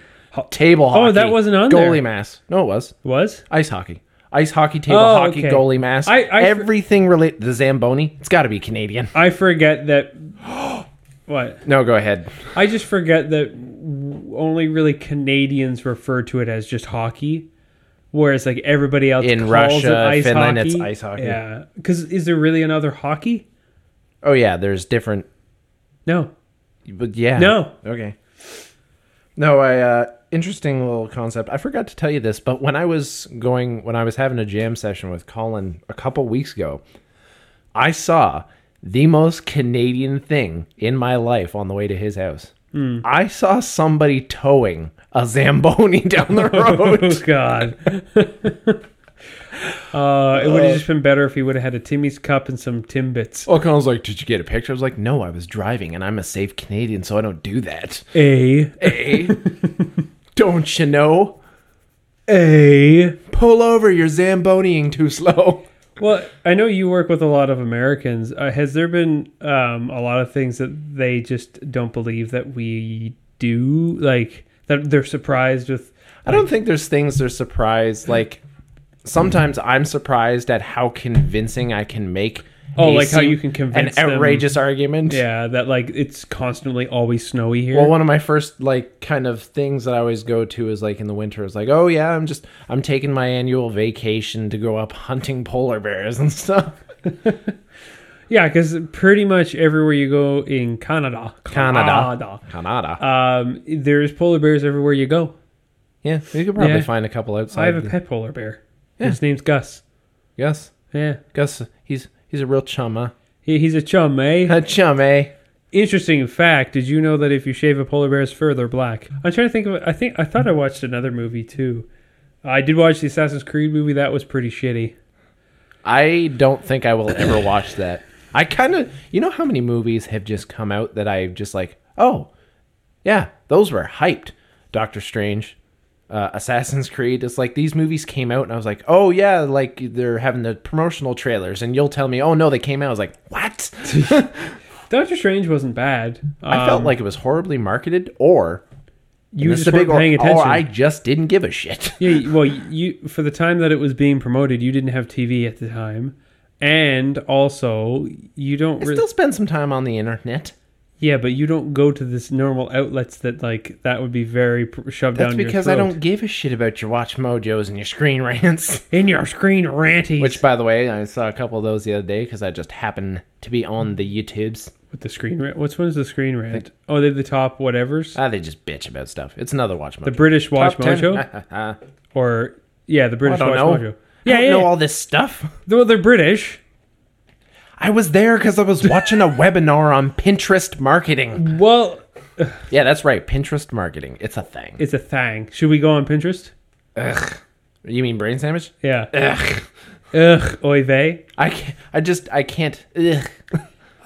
C: table hockey.
B: Oh, that wasn't on
C: goalie
B: there.
C: mass. No, it was
B: was
C: ice hockey. Ice hockey, table
B: Oh,
C: hockey,
B: okay.
C: goalie mass.
B: I- I-
C: everything related. The Zamboni. It's got to be Canadian.
B: I forget that. *gasps* What
C: No, go ahead.
B: I just forget that w- only really Canadians refer to it as just hockey, whereas like everybody else
C: In
B: calls it
C: Russia,
B: ice
C: Finland,
B: hockey.
C: it's ice hockey.
B: Yeah, because is there really another hockey?
C: Oh yeah, there's different.
B: No,
C: But yeah.
B: No.
C: Okay. No, I uh interesting little concept. I forgot to tell you this, but when I was going when I was having a jam session with Colin a couple weeks ago, I saw the most Canadian thing in my life on the way to his house. I saw somebody towing a Zamboni *laughs* down the
B: Oh *laughs*
C: road. *laughs*
B: God. uh, it would have just been better if he would have had a Timmy's cup and some Timbits.
C: Well, Colin's like, Did you get a picture? I was like, No, I was driving and I'm a safe Canadian, so I don't do that.
B: A
C: Eh? don't you know?
B: a.
C: Pull over, you're Zamboniing too slow. *laughs*
B: Well, I know you work with a lot of Americans. Uh, has there been um, a lot of things that they just don't believe that we do? Like that they're surprised with.
C: I don't think there's things they're surprised. Like sometimes I'm surprised at how convincing I can make.
B: Oh,
C: a
B: like how
C: se-
B: you can convince
C: an
B: them.
C: outrageous argument.
B: Yeah, that like it's constantly always snowy here.
C: Well, one of my first like kind of things that I always go to is like in the winter is like, oh yeah, I'm just I'm taking my annual vacation to go up *laughs* hunting polar bears and stuff.
B: yeah, because pretty much everywhere you go in Canada,
C: Canada. Canada.
B: um, there's polar bears everywhere you go.
C: yeah, you could probably
B: yeah.
C: find a couple
B: I
C: outside.
B: have a pet polar bear. His name's Gus.
C: Gus,
B: Yeah.
C: Gus, he's he's a real chum, *laughs* huh?
B: He, he's a chum, eh?
C: A chum, eh?
B: Interesting fact. Did you know that if you shave a polar bear's fur, they're black? I'm trying to think of. I think I thought I watched another movie too. I did watch the Assassin's Creed movie. That was pretty shitty.
C: I don't think I will ever watch that. I kind of, you know, how many movies have just come out that I've just like, oh, yeah, those were hyped. Doctor Strange, uh, Assassin's Creed. It's like these movies came out, and I was like, oh yeah, like they're having the promotional trailers, and you'll tell me, oh no, they came out. I was like, what?
B: Doctor Strange wasn't bad. *laughs*
C: I felt like it was horribly marketed, or
B: Um, you
C: this is
B: just
C: the
B: weren't
C: big or,
B: paying attention.
C: or I just didn't give a shit. *laughs*
B: yeah, well, you for the time that it was being promoted, you didn't have TV at the time, and also you don't.
C: I
B: really.
C: still spend some time on the internet.
B: Yeah, but you don't go to this normal outlets that like that would be very pr- shoved
C: That's
B: down your
C: because I
B: throat.
C: don't give a shit about your watch mojos and your screen rants.
B: in your screen ranty
C: Which, by the way, I saw a couple of those the other day because I just happened to be on the YouTubes.
B: with the screen rant. Which one is the screen rant? oh, they have the top whatever's
C: Ah, they just bitch about stuff. It's another Watch Mojo.
B: the British Watch
C: Top 10.
B: Mojo
C: *laughs* I
B: or yeah the British
C: don't
B: Watch
C: know.
B: Mojo.
C: yeah,
B: Yeah,
C: don't
B: yeah.
C: know all this stuff.
B: Well, they're British.
C: I was there because I was watching a webinar on Pinterest marketing.
B: Well,
C: Yeah, that's right. Pinterest marketing. It's a thing.
B: it's a thang. Should we go on Pinterest?
C: you mean brain sandwich? *laughs*
B: Yeah. Ugh. Ugh. Oy vey.
C: I can't, I just I can't. Ugh.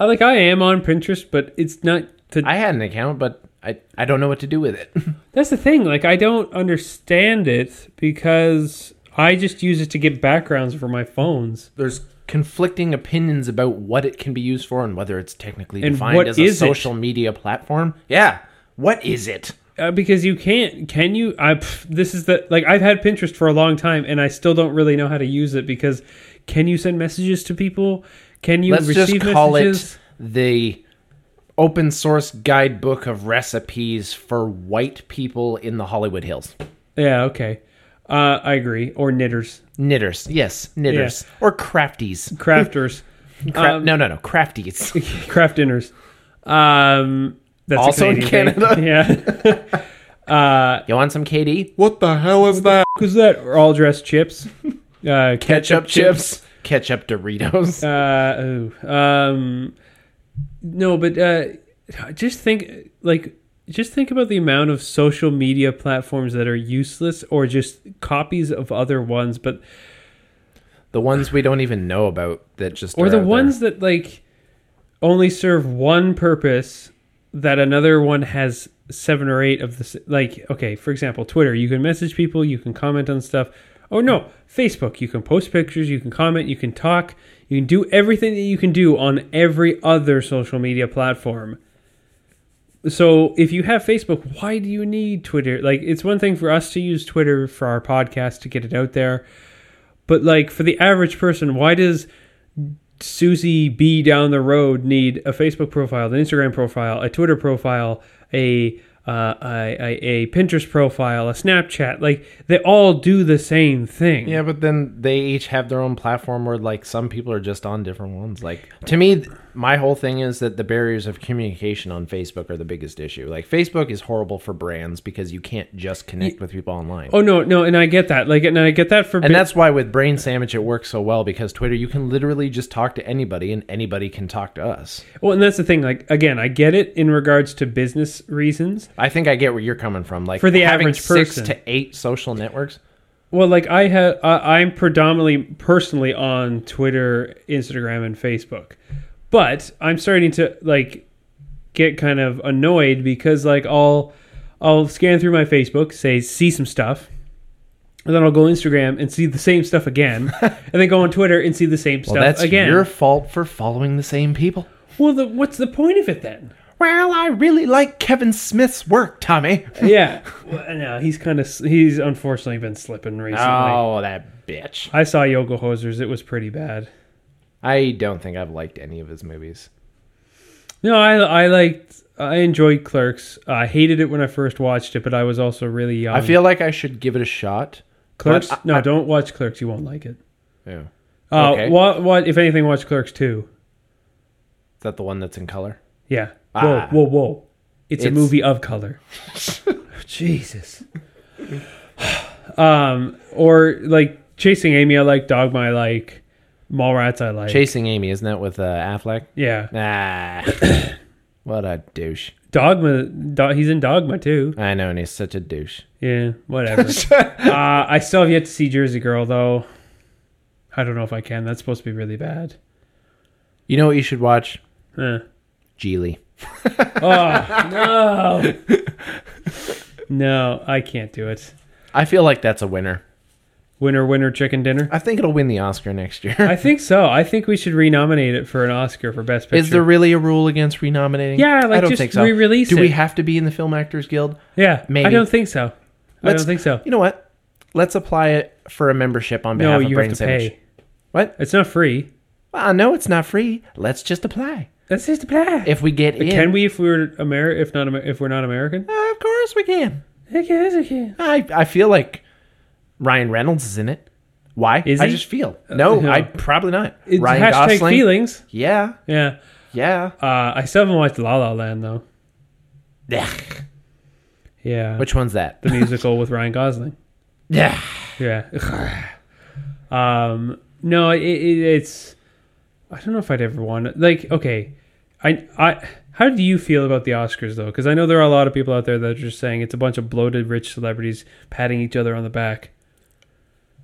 B: I like I am on Pinterest, but it's not to
C: I had an account, but I I don't know what to do with it.
B: That's the thing. Like, I don't understand it because I just use it to get backgrounds for my phones.
C: There's conflicting opinions about what it can be used for and whether it's technically
B: And
C: defined
B: what
C: as a
B: is it?
C: social media platform. Yeah. What is it?
B: Uh, because you can't, can you? I pff, this is the like I've had Pinterest for a long time, and I still don't really know how to use it because can you send messages to people? Can you
C: Let's
B: receive
C: just call
B: messages?
C: it the open source guidebook of recipes for white people in the Hollywood Hills.
B: Yeah, okay, uh, I agree. Or knitters,
C: Knitters. Yes, knitters. Or crafties. *laughs*
B: crafters,
C: Cra-
B: Um,
C: no, no, no. Crafties.
B: craft dinners. Um, that's a
C: Also in
B: Canadian thing. *laughs* Yeah.
C: *laughs*
B: Uh,
C: you want some KD?
A: What the hell is that?
B: Who's that? All
C: *laughs*
B: dressed chips. Uh, ketchup,
C: Ketchup Doritos.
B: Uh, oh, um, no, but uh, just think like just think about the amount of social media platforms that are useless or just copies of other ones, but
C: the ones we don't even know about that just
B: or
C: are
B: the
C: out
B: ones that like only serve one purpose that another one has seven or eight of the s- like okay for example twitter you can message people you can comment on stuff oh no facebook you can post pictures you can comment you can talk you can do everything that you can do on every other social media platform so if you have facebook why do you need twitter like it's one thing for us to use twitter for our podcast to get it out there but like for the average person, why does Susie B down the road need a Facebook profile, an Instagram profile, a Twitter profile, a uh, a, a, a Pinterest profile, a Snapchat? Like they all do the same thing.
C: there. Yeah, but then they each have their own platform where like some people are just on different ones. Like to me, th- my whole thing is that the barriers of communication on Facebook are the biggest issue. Like Facebook is horrible for brands because you can't just connect with people online.
B: Oh no, no, and I get that. Like, and I get that for
C: and that's why with Brain Sandwich it works so well because Twitter you can literally just talk to anybody and anybody can talk to us.
B: well, and that's the thing. Like, again, I get it in regards to business reasons,
C: I think I get where you're coming from. Like
B: For the
C: having
B: average
C: six
B: person.
C: to eight social networks.
B: Well, like I have, I I'm predominantly personally on Twitter, Instagram, and Facebook, but I'm starting to like get kind of annoyed because like I'll I'll scan through my Facebook, say see some stuff, and then I'll go Instagram and see the same
C: *laughs*
B: stuff again, and then go on Twitter and see the same
C: Well,
B: stuff
C: that's
B: again.
C: your fault for following the same people.
B: Well, the, what's the point of
C: *laughs*
B: it then?
C: Well, I really like Kevin Smith's work, Tommy.
B: yeah, well, no, he's kind of he's unfortunately been slipping recently.
C: Oh, that bitch.
B: I saw Yoga Hosers; it was pretty bad.
C: I don't think I've liked any of his movies.
B: No, I I liked I enjoyed Clerks. I hated it when I first watched it, but I was also really young.
C: I feel like I should give it a shot.
B: Clerks.
C: but I-
B: no,
C: I-
B: don't watch Clerks. You won't like it.
C: Yeah. Is
B: Uh,
C: Okay.
B: What? What? If anything, watch Clerks two.
C: that the one that's in color?
B: Yeah.
C: Ah.
B: Whoa, whoa, whoa! It's, a
C: It's-
B: movie
C: *laughs*
B: of color. Jesus. um, or like Chasing Amy. I like Dogma. I like Mallrats. I like.
C: Chasing Amy, isn't that with uh, Affleck?
B: yeah.
C: Ah. *coughs* what a douche.
B: Dogma. Do- he's in Dogma too.
C: I know, and he's such a douche.
B: Yeah,
C: *laughs*
B: whatever. uh, I still have yet to see Jersey Girl though. I don't know if I can. That's supposed to be really bad.
C: You know what you should watch?
B: Eh.
C: Geely.
B: Oh, No, no, I can't do it.
C: I feel like that's a winner.
B: Winner, winner, chicken dinner.
C: I think it'll win the Oscar next year.
B: I think so. I think we should renominate it for an Oscar for Best
C: *laughs*
B: Picture.
C: Is there really a rule against renominating?
B: Yeah, like,
C: I don't
B: just
C: think so.
B: re-release
C: Do we
B: it.
C: have to be in the Film Actors Guild?
B: yeah, I
C: Maybe.
B: don't think so. I
C: Let's-
B: don't think so.
C: You know what? Let's apply it for a membership on behalf
B: No,
C: of
B: you
C: Brain
B: have to
C: Sandwich.
B: pay.
C: What?
B: It's not free.
C: Well, no, it's not free. Let's just apply.
B: That's just bad.
C: If we get in,
B: Can we if we were Amer if not Amer- if we're not American?
C: Uh, of course we can.
B: Okay, okay.
C: I I feel like Ryan Reynolds is in it. Why?
B: Is
C: I
B: he?
C: just feel. No,
B: no.
C: I probably not.
B: It's
C: Ryan
B: hashtag
C: Gosling.
B: feelings.
C: Yeah,
B: Yeah.
C: yeah.
B: Uh, I still haven't watched La La Land though.
C: Blech.
B: Yeah.
C: Which one's that?
B: the musical with Ryan Gosling.
C: Yeah.
B: Yeah. *sighs* um. No, it, it, it's. I don't know if I'd ever want to. Like, okay, I, I. How do you feel about the Oscars though? Because I know there are a lot of people out there that are just saying it's a bunch of bloated rich celebrities patting each other on the back.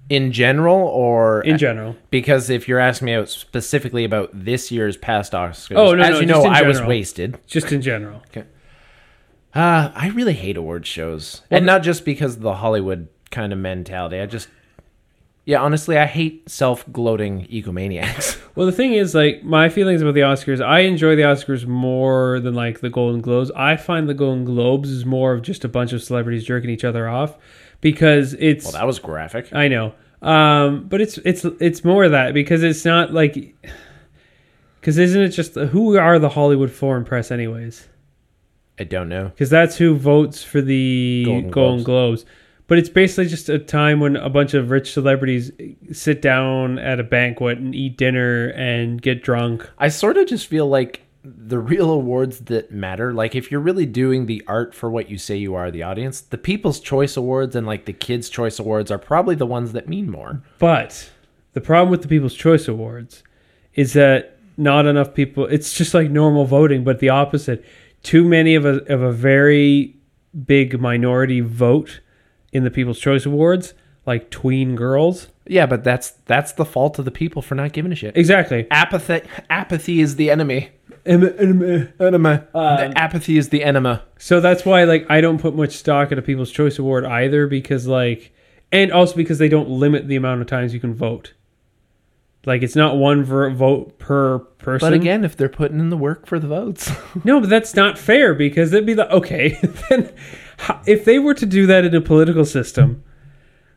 C: In general, or
B: In general,
C: because if you're asking me out specifically about this year's past Oscars,
B: Oh, no,
C: as
B: no,
C: you
B: just
C: know,
B: in
C: I was
B: general.
C: wasted.
B: just in general.
C: Uh, I really hate award shows, and not just because of the Hollywood kind of mentality. I just Yeah, honestly, I hate self-gloating egomaniacs. *laughs*
B: Well, the thing is, like, my feelings about the Oscars, I enjoy the Oscars more than, like, the Golden Globes. I find the Golden Globes is more of just a bunch of celebrities jerking each other off because it's.
C: well, that was graphic.
B: I know. Um, but it's it's it's more of that because it's not like because isn't it just who are the Hollywood foreign press anyways?
C: I don't know.
B: Because that's who votes for the
C: Golden
B: Golden, Globes. But it's basically just a time when a bunch of rich celebrities sit down at a banquet and eat dinner and get drunk.
C: I sort of just feel like the real awards that matter, like if you're really doing the art for what you say you are, the audience, the People's Choice Awards and like the Kids' Choice Awards are probably the ones that mean more.
B: But the problem with the People's Choice Awards is that not enough people. It's just like normal voting, but the opposite. Too many of a of a very big minority vote in the People's Choice Awards, like tween girls.
C: Yeah, but that's that's the fault of the people for not giving a shit.
B: Exactly.
C: Apathy apathy is the enemy. Enema. the apathy is the enema.
B: So that's why like I don't put much stock in a People's Choice Award either because like and also because they don't limit the amount of times you can vote. Like it's not one ver- vote per person.
C: But again, if they're putting in the work for the votes, *laughs*
B: No, but that's not fair because it'd be like, okay, *laughs* then ho- if they were to do that in a political system,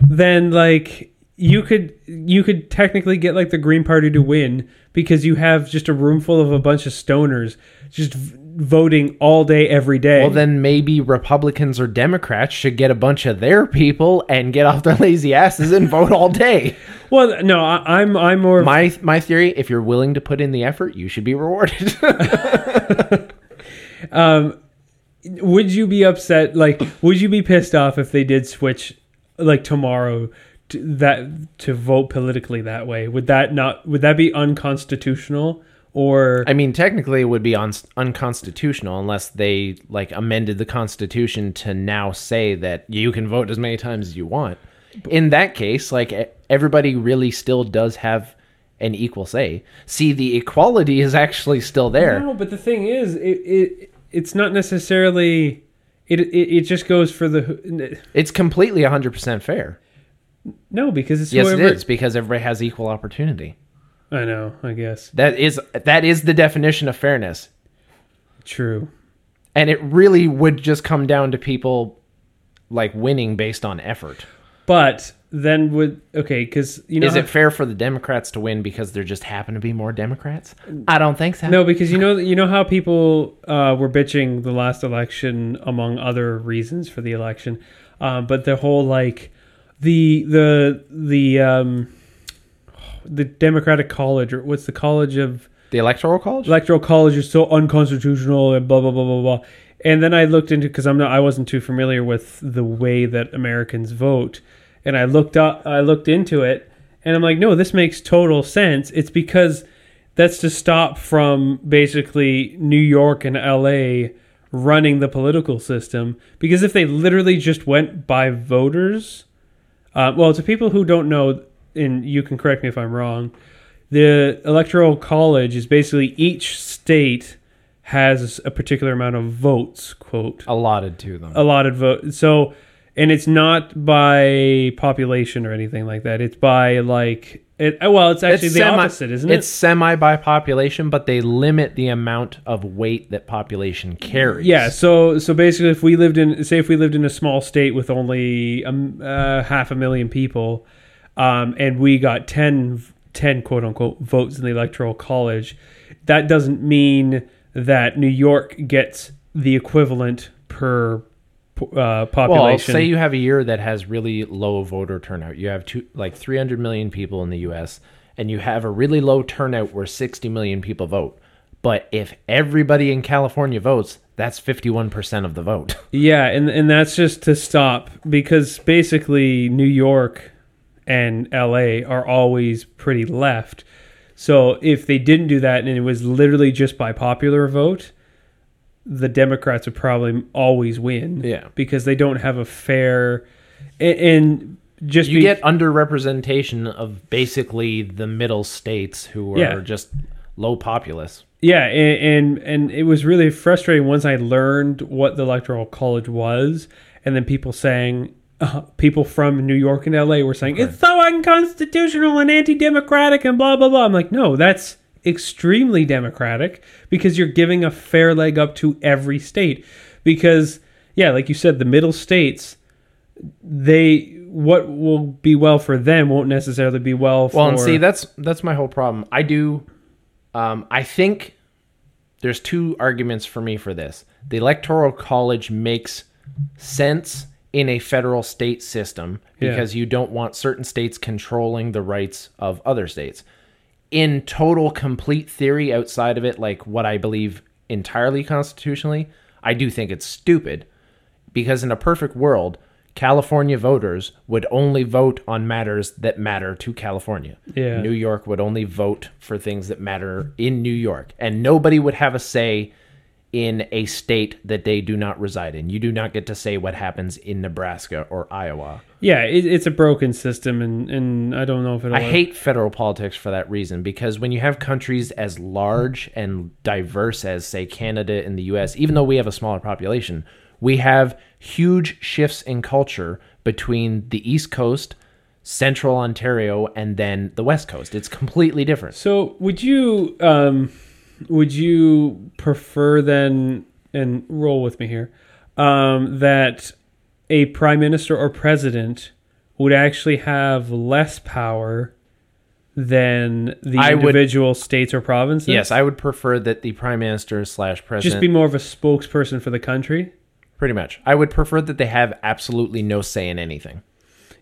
B: then like you could you could technically get like the Green Party to win because you have just a room full of a bunch of stoners just v- voting all day every day.
C: well, then maybe Republicans or Democrats should get a bunch of their people and get off their *laughs* lazy asses and vote all day.
B: well, no, I, I'm I'm more. of-
C: My my theory: if you're willing to put in the effort, you should be rewarded. *laughs*
B: Um, would you be upset? Like, would you be pissed off if they did switch like tomorrow? To that to vote politically that way would that not would that be unconstitutional or
C: I mean, technically, it would be un- unconstitutional unless they like amended the Constitution to now say that you can vote as many times as you want. In that case, like e- everybody really still does have an equal say. See, the equality is actually still there.
B: No, but the thing is, it, it it's not necessarily. It, it it just goes for the
C: It's completely 100% fair.
B: no because it's
C: Yes,
B: whoever.
C: it is because everybody has equal opportunity.
B: I know. I guess
C: That is that is the definition of fairness.
B: true.
C: and it really would just come down to people like winning based on effort.
B: But then would okay because you know
C: Is
B: how-
C: it fair for the Democrats to win because there just happen to be more Democrats? I don't think so.
B: no because you know you know how people uh, were bitching the last election among other reasons for the election, um, but the whole like the the the um the Democratic College or what's the College of
C: The Electoral College?
B: electoral college is so unconstitutional and blah blah blah blah blah. And then I looked into because I'm not I wasn't too familiar with the way that Americans vote, and I looked up I looked into it, and I'm like, no, this makes total sense. It's because that's to stop from basically New York and L.A. running the political system because if they literally just went by voters. Uh, well, to people who don't know, and you can correct me if I'm wrong, the Electoral College is basically each state has a particular amount of votes, quote,
C: allotted to them.
B: allotted vote. So, and it's not by population or anything like that. It's by like, it, oh, well, it's actually the opposite, isn't
C: It's semi by population, but they limit the amount of weight that population
B: it?
C: carries.
B: Yeah. So, so basically, if we lived in, say, if we lived in a small state with only um, uh, half a million people, um, and we got 10, 10 quote unquote votes in the electoral college, that doesn't mean that New York gets the equivalent per uh, population.
C: Well, say you have a year that has really low voter turnout. You have two, like 300 million people in the U.S., and you have a really low turnout where 60 million people vote. But if everybody in California votes, that's 51% of the vote. *laughs*
B: Yeah, and and that's just to stop because basically New York and LA are always pretty left. So if they didn't do that and it was literally just by popular vote, the Democrats would probably always win.
C: Yeah.
B: because they don't have a fair and, and just
C: You
B: be-
C: get underrepresentation of basically the middle states who are
B: Yeah.
C: just low populace.
B: yeah and, and and it was really frustrating once i learned what the electoral college was and then people saying uh, people from New York and LA were saying it's so unconstitutional and anti-democratic and blah blah blah. I'm like, no, that's extremely democratic because you're giving a fair leg up to every state. Because yeah, like you said, the middle states, they what will be well for them won't necessarily be well. for
C: Well, and see, that's that's my whole problem. I do. Um, I think there's two arguments for me for this. The electoral college makes sense in a federal state system
B: Yeah.
C: because you don't want certain states controlling the rights of other states. In total complete theory outside of it, like what I believe entirely constitutionally, I do think it's stupid because in a perfect world, California voters would only vote on matters that matter to California.
B: Yeah.
C: New York would only vote for things that matter in New York, and nobody would have a say in a state that they do not reside in. You do not get to say what happens in Nebraska or Iowa.
B: yeah, it, it's a broken system, and and I don't know if it'll.
C: I hate federal politics for that reason because when you have countries as large and diverse as, say, Canada and the US, even though we have a smaller population, we have huge shifts in culture between the East Coast, Central Ontario, and then the West Coast. It's completely different.
B: So would you um, would you prefer then and roll with me here um, that a prime minister or president would actually have less power than the
C: I would-
B: individual states or provinces?
C: Yes, I would prefer that the prime minister slash president
B: just be more of a spokesperson for the country.
C: pretty much. I would prefer that they have absolutely no say in anything.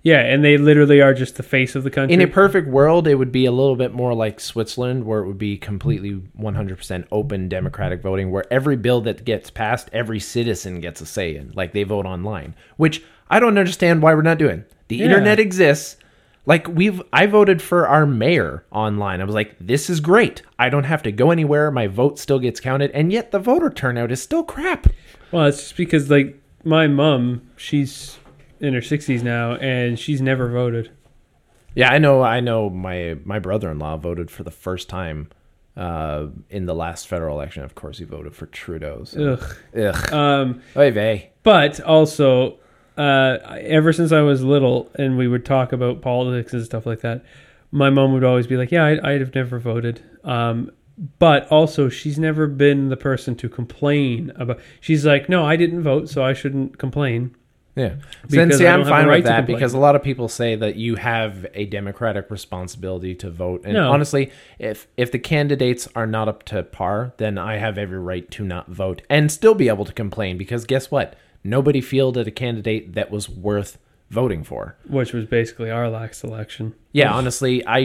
B: Yeah, and they literally are just the face of the country.
C: In a perfect world, it would be a little bit more like Switzerland, where it would be completely 100% open democratic voting, where every bill that gets passed, every citizen gets a say in. Like they vote online, which I don't understand why we're not doing. The internet exists. Like we've, I voted for our mayor online. I was like, this is great. I don't have to go anywhere. My vote still gets counted, and yet the voter turnout is still crap.
B: Well, it's just because like my mom, she's in her sixties now, and she's never voted.
C: Yeah, I know. I know. My my brother in law voted for the first time uh, in the last federal election. Of course, he voted for Trudeau. So.
B: Ugh.
C: Ugh.
B: Um,
C: Oy vey.
B: but also uh, ever since i was little and we would talk about politics and stuff like that my mom would always be like yeah I, i'd have never voted um, but also she's never been the person to complain about she's like no i didn't vote so i shouldn't complain
C: Yeah. Then
B: Because
C: see,
B: I
C: I'm
B: don't have a
C: fine
B: right
C: with
B: to
C: that
B: complain.
C: because a lot of people say that you have a democratic responsibility to vote. And
B: No.
C: honestly, if if the candidates are not up to par, then I have every right to not vote and still be able to complain because guess what? Nobody fielded a candidate that was worth voting for.
B: which was basically our last election
C: Yeah, honestly, I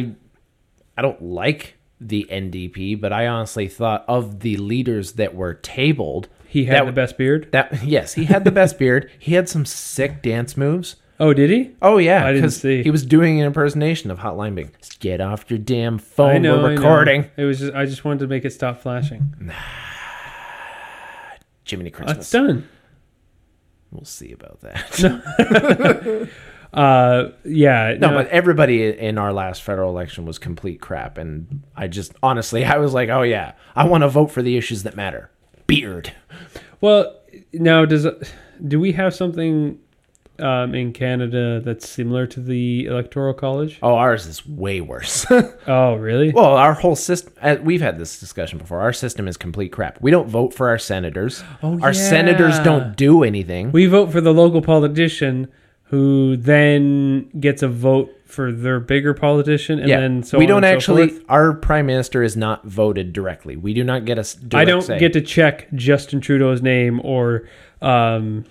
C: I don't like the NDP, but I honestly thought of the leaders that were tabled.
B: he had
C: that,
B: the best beard
C: That *laughs* yes, he had the
B: *laughs*
C: best beard. He had some sick dance moves.
B: oh did he
C: Oh yeah,
B: I didn't
C: 'cause
B: see.
C: He was doing an impersonation of Hotline Bing. Get off your damn phone.
B: I know
C: Oh, We're
B: I know.
C: recording.
B: it was just i just wanted to make it stop flashing
C: Jiminy Christmas.
B: that's done
C: We'll see about
B: *laughs*
C: that.
B: uh yeah
C: No, but everybody in our last federal election was complete crap, and I just honestly, *laughs* I was like, oh yeah, I want to vote for the issues that matter. Beard.
B: Well, now does do we have something um, in Canada that's similar to the Electoral College?
C: Oh, ours is way worse. *laughs*
B: Oh, really?
C: well, our whole system, uh, we've had this discussion before. Our system is complete crap. We don't vote for our senators.
B: Oh,
C: our senators
B: yeah.
C: don't do anything.
B: We vote for the local politician, who then gets a vote for their bigger politician, and
C: yeah.
B: then so
C: we
B: on
C: don't
B: and so
C: actually,
B: forth.
C: our prime minister is not voted directly. We do not get a s- direct
B: I don't
C: say.
B: get to check Justin Trudeau's name or um,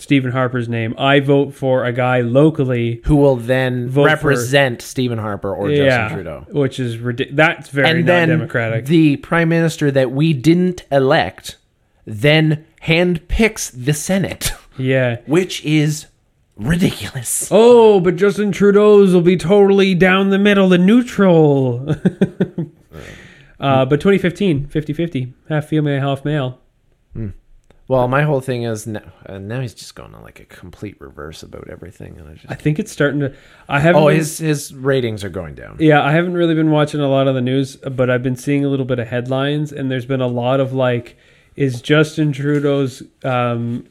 B: Stephen Harper's name. I vote for a guy locally.
C: who will then
B: Vote for-
C: represent Stephen Harper or
B: yeah,
C: Justin Trudeau.
B: which is ridiculous. That's very
C: and
B: not
C: then
B: democratic.
C: the prime minister that we didn't elect then handpicks the Senate, *laughs*
B: yeah,
C: which is ridiculous.
B: Oh, but Justin Trudeau's will be totally down the middle and neutral. *laughs* uh, but 2015, 50 50, half female, half male.
C: Well, my whole thing is now, uh, now he's just going on like a complete reverse about everything, and I just
B: I think it's starting to. I haven't.
C: oh
B: been-
C: his his ratings are going down.
B: yeah, I haven't really been watching a lot of the news, but I've been seeing a little bit of headlines, and there's been a lot of like, is Justin Trudeau's um,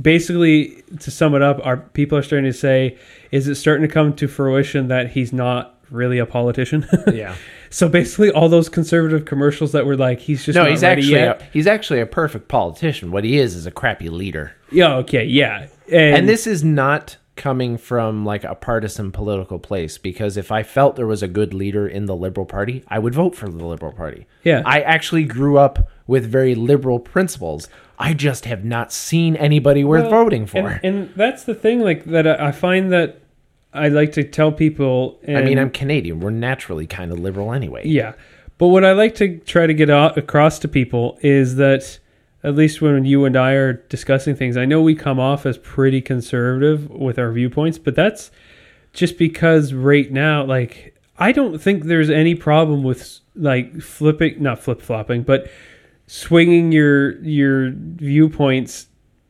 B: basically to sum it up, our people are starting to say, is it starting to come to fruition that he's not really a politician? *laughs*
C: Yeah.
B: so basically, all those conservative commercials that were like, he's just
C: no,
B: not
C: he's
B: ready
C: actually
B: yet.
C: a, he's actually a perfect politician. What he is is a crappy leader.
B: yeah, okay, yeah,
C: And,
B: and,
C: this is not coming from like a partisan political place because if I felt there was a good leader in the Liberal Party, I would vote for the Liberal Party.
B: Yeah.
C: I actually grew up with very liberal principles. I just have not seen anybody worth
B: Well,
C: voting for.
B: And, and that's the thing, like that I, I find that I like to tell people. And,
C: I mean, I'm Canadian. We're naturally kind of liberal anyway.
B: yeah, but what I like to try to get out, across to people is that at least when you and I are discussing things, I know we come off as pretty conservative with our viewpoints, but that's just because right now, like, I don't think there's any problem with like flipping, not flip flopping, but swinging your your viewpoints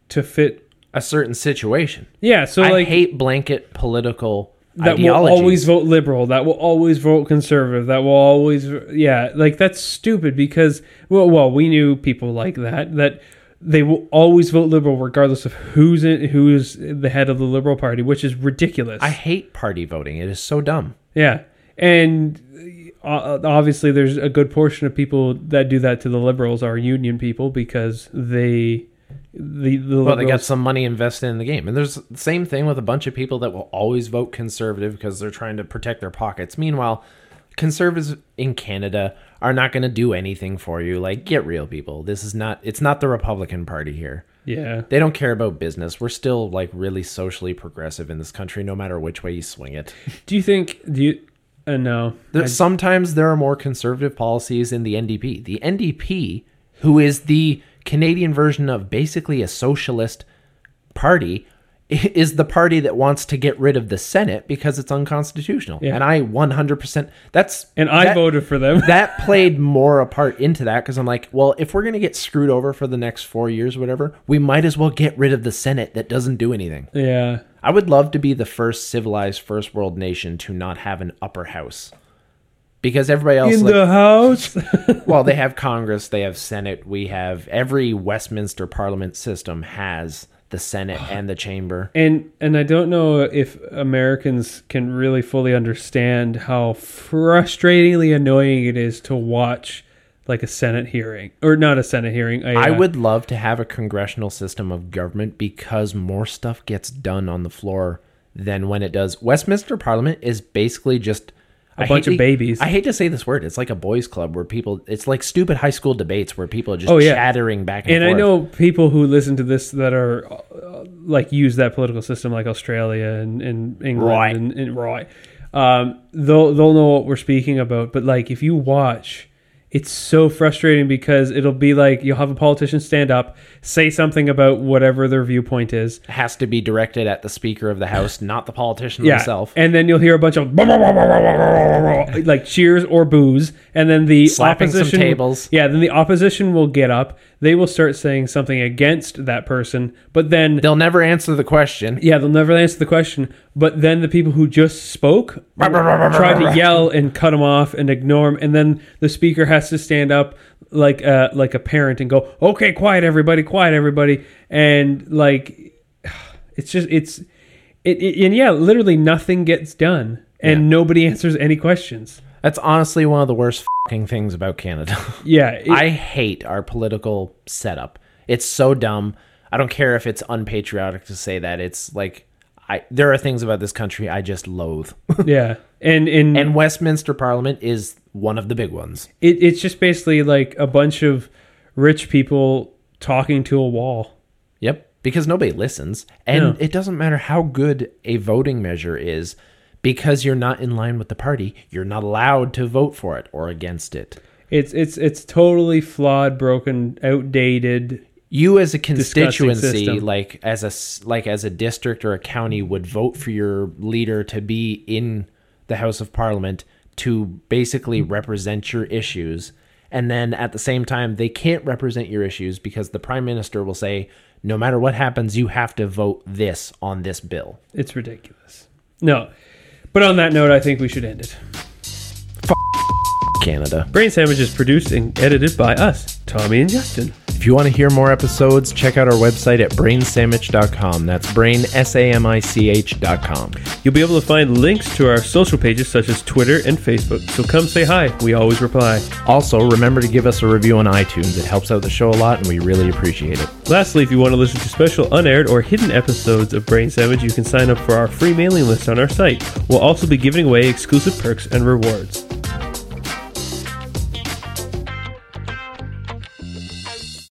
B: to fit.
C: A certain situation.
B: Yeah, so
C: I
B: like
C: hate blanket political
B: that
C: ideologies.
B: will always vote liberal that will always vote conservative that will always yeah like that's stupid because well well we knew people like that that they will always vote liberal regardless of who's in, who's the head of the liberal party which is ridiculous
C: I hate party voting. It is so dumb.
B: yeah and uh, obviously there's a good portion of people that do that to the liberals are union people because they the, the
C: Well, they got
B: liberals,
C: some money invested in the game. And there's the same thing with a bunch of people that will always vote conservative because they're trying to protect their pockets. Meanwhile, conservatives in Canada are not going to do anything for you. Like, get real, people. This is not, it's not the Republican Party here.
B: yeah
C: They don't care about business. We're still like really socially progressive in this country, no matter which way you swing it.
B: do you think do you uh, no
C: There, sometimes there are more conservative policies in the NDP. The NDP, who is the Canadian version of basically a socialist party, i- is the party that wants to get rid of the Senate because it's unconstitutional.
B: Yeah.
C: And I 100% that's
B: and i
C: that-
B: voted for them *laughs*
C: that played more a part into that because I'm like, well, if we're gonna get screwed over for the next four years, whatever, we might as well get rid of the Senate that doesn't do anything.
B: yeah
C: I would love to be the first civilized first world nation to not have an upper house. Because everybody else
B: in
C: like,
B: the house.
C: well, they have Congress, they have Senate, we have every Westminster Parliament system has the Senate and the chamber.
B: *laughs* and and I don't know if Americans can really fully understand how frustratingly annoying it is to watch like a Senate hearing or not a Senate hearing. a,
C: I
B: uh,
C: would love to have a congressional system of government because more stuff gets done on the floor than when it does. Westminster Parliament is basically just a
B: bunch of babies.
C: I hate to say this word. It's like a boys' club where people. It's like stupid high school debates where people are just
B: Oh, yeah.
C: chattering back and,
B: And I
C: forth.
B: know people who listen to this that are uh, like use that political system, like Australia and, and England
C: Right.
B: and, and right. Um, they'll they'll know what we're speaking about. But like, if you watch, it's so frustrating because it'll be like you'll have a politician stand up, say something about whatever their viewpoint is,
C: has to be directed at the Speaker of the House, not the politician himself.
B: And then you'll hear a bunch of like cheers or boos, and then the
C: Slapping some
B: opposition
C: tables.
B: Yeah, then the opposition will get up. They will start saying something against that person, but then
C: They'll never answer the question.
B: yeah, they'll never answer the question. But then the people who just spoke try to yell and cut them off and ignore them, and then the speaker has to stand up like uh, like a parent and go, "Okay, quiet everybody, quiet everybody," and like *sighs* it's just it's it, it and yeah, literally nothing gets done, and nobody answers any questions.
C: That's honestly one of the worst fucking things about Canada.
B: Yeah, it-
C: I hate our political setup. It's so dumb. I don't care if it's unpatriotic to say that. It's like I there are things about this country I just loathe. *laughs*
B: yeah, and and,
C: and Westminster Parliament is one of the big ones.
B: it, it's just basically like a bunch of rich people talking to a wall.
C: Yep. Because nobody listens. And
B: No.
C: it doesn't matter how good a voting measure is, because you're not in line with the party, you're not allowed to vote for it or against it.
B: It's it's it's totally flawed, broken, outdated.
C: you as a
B: Disgusting
C: constituency
B: system.
C: like as a s- like as a district or a county would vote for your leader to be in the house of parliament to basically represent your issues and then at the same time they can't represent your issues because the prime minister will say no matter what happens you have to vote this on this bill
B: It's ridiculous. No. But on that note, I think we should end it.
C: canada
B: Brain Sandwich is produced and edited by us, Tommy and Justin.
C: if If you want to hear more episodes, check out our website at brainsandwich.com. That's brain, S A M I C H dot com.
B: You'll be able to find links to our social pages such as Twitter and Facebook, so come say hi. We always reply.
C: Also, remember to give us a review on iTunes. It helps out the show a lot, and we really appreciate it.
B: Lastly, if you want to listen to special unaired or hidden episodes of Brain Savage, you can sign up for our free mailing list on our site. We'll also be giving away exclusive perks and rewards.